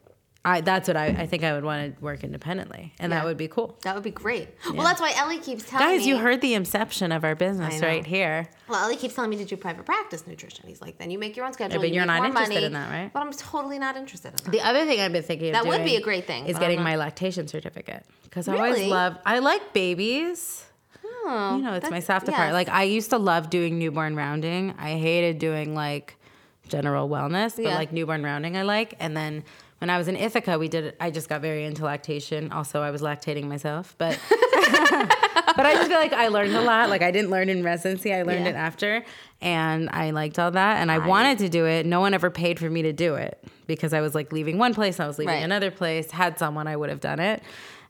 B: I that's what I, I think I would want to work independently, and
A: Yeah.
B: that would be cool.
A: that would be great. Well, that's why Ellie keeps telling me.
B: Guys, you heard the inception of our
A: I
B: business
A: know.
B: right here.
A: Well, Ellie keeps telling me to do private practice nutrition. He's like, then you make your own schedule.
B: but
A: you
B: you're
A: make
B: not
A: more
B: interested
A: money.
B: in that, right?
A: But I'm totally not interested in that.
B: The other thing I've been thinking of
A: That would be
B: doing
A: a great thing,
B: is
A: but I'm
B: getting
A: not-
B: my lactation certificate because I
A: Really?
B: always love I like babies.
A: Oh,
B: you know, it's my
A: that's-
B: softer
A: yes.
B: part. Like I used to love doing newborn rounding. I hated doing like general wellness, but
A: Yeah.
B: like newborn rounding I like. And then when I was in Ithaca, we did I just got very into lactation. Also, I was lactating myself,
A: [LAUGHS]
B: but but I just feel like I learned a lot. Like I didn't learn in residency, I learned
A: Yeah.
B: it after. And I liked all that and I wanted to do it. No one ever paid for me to do it because I was like leaving one place, I was leaving
A: Right.
B: another place. Had someone I would have done it.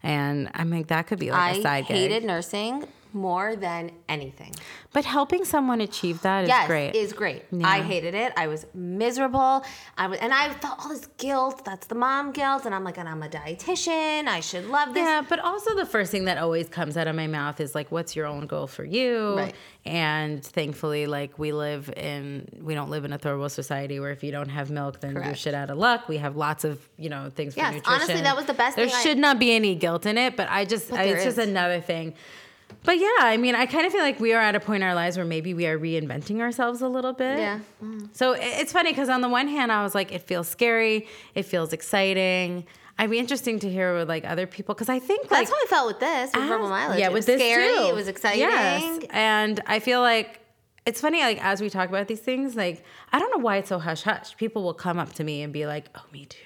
B: And I think that could be like a
A: I
B: side gig.
A: hated nursing more than anything.
B: But helping someone achieve that is
A: yes,
B: great.
A: is great. I hated it. I was miserable. I was, and I felt all this guilt. That's the mom guilt, and I'm like, and I'm a dietitian. I should love this.
B: yeah, but also the first thing that always comes out of my mouth is like, "What's your own goal for you?"
A: Right.
B: And thankfully, like we live in, we don't live in a third world society where if you don't have milk, then you're
A: Correct.
B: shit out of luck. We have lots of you know things for
A: Yes,
B: nutrition.
A: honestly, that was the best
B: There
A: thing I-
B: should not be any guilt in it, but I just, I,
A: there
B: it's just
A: is.
B: another thing. But yeah, I mean, I kind of feel like we are at a point in our lives where maybe we are reinventing ourselves a little bit.
A: Yeah.
B: So i- it's funny because on the one hand, I was like, it feels scary, it feels exciting. I'd be interesting to hear with like other people because I think like
A: That's how I felt with this with Rebel
B: as-
A: Mileage.
B: Yeah,
A: it
B: with
A: was
B: this
A: scary.
B: too.
A: It was exciting.
B: Yes, and I feel like it's funny. Like as we talk about these things, like I don't know why it's so hush hush. People will come up to me and be like, "Oh, me too,"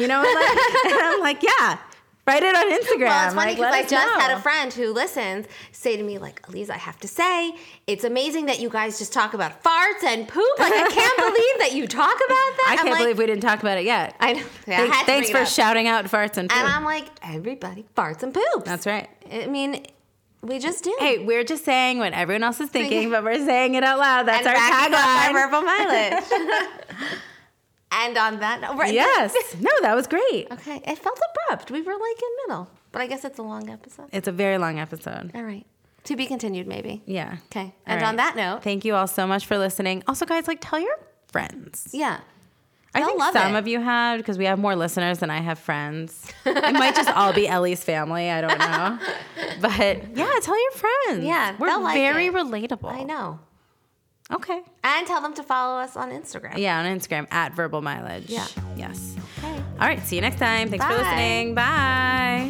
B: you know, and, like, [LAUGHS] and I'm like, "Yeah." Write it on Instagram.
A: Well, it's funny
B: like,
A: because
B: let
A: I
B: us
A: just had
B: know.
A: a friend who listens say to me, like, Elise, I have to say, it's amazing that you guys just talk about farts and poop. Like, I
B: [LAUGHS]
A: can't believe that you talk about that.
B: I
A: I'm
B: can't
A: like,
B: believe we didn't talk about it yet.
A: I know. [LAUGHS] Yeah, I
B: Thank-
A: had to
B: thanks
A: bring it
B: for
A: up.
B: shouting out farts and poop.
A: And I'm like, everybody farts and poops.
B: That's right.
A: I mean, we just do.
B: Hey, we're just saying what everyone else is thinking, but we're saying it out loud. That's
A: and
B: our
A: backing up
B: tagline.
A: our verbal mileage.
B: [LAUGHS]
A: and on that, note- right,
B: Yes. No, that was great.
A: Okay, it felt abrupt. We were like in middle, but I guess it's a long episode.
B: It's a very long episode.
A: All right, to be continued, maybe.
B: Yeah.
A: Okay,
B: All
A: and on
B: right.
A: that note,
B: Thank you all so much for listening. Also, guys, like tell your friends.
A: yeah,
B: I
A: They'll
B: think
A: love
B: some
A: it.
B: of you have because we have more listeners than I
A: [LAUGHS]
B: have friends. it might just all be Ellie's family. I don't know, but yeah, tell your friends.
A: Yeah,
B: we're
A: they'll like
B: very
A: it.
B: relatable.
A: I know,
B: Okay.
A: and tell them to follow us on Instagram.
B: Yeah, on Instagram at verbal mileage.
A: Yeah.
B: Yes.
A: Okay.
B: All right. See you next time. Thanks for
A: Bye.
B: listening. Bye.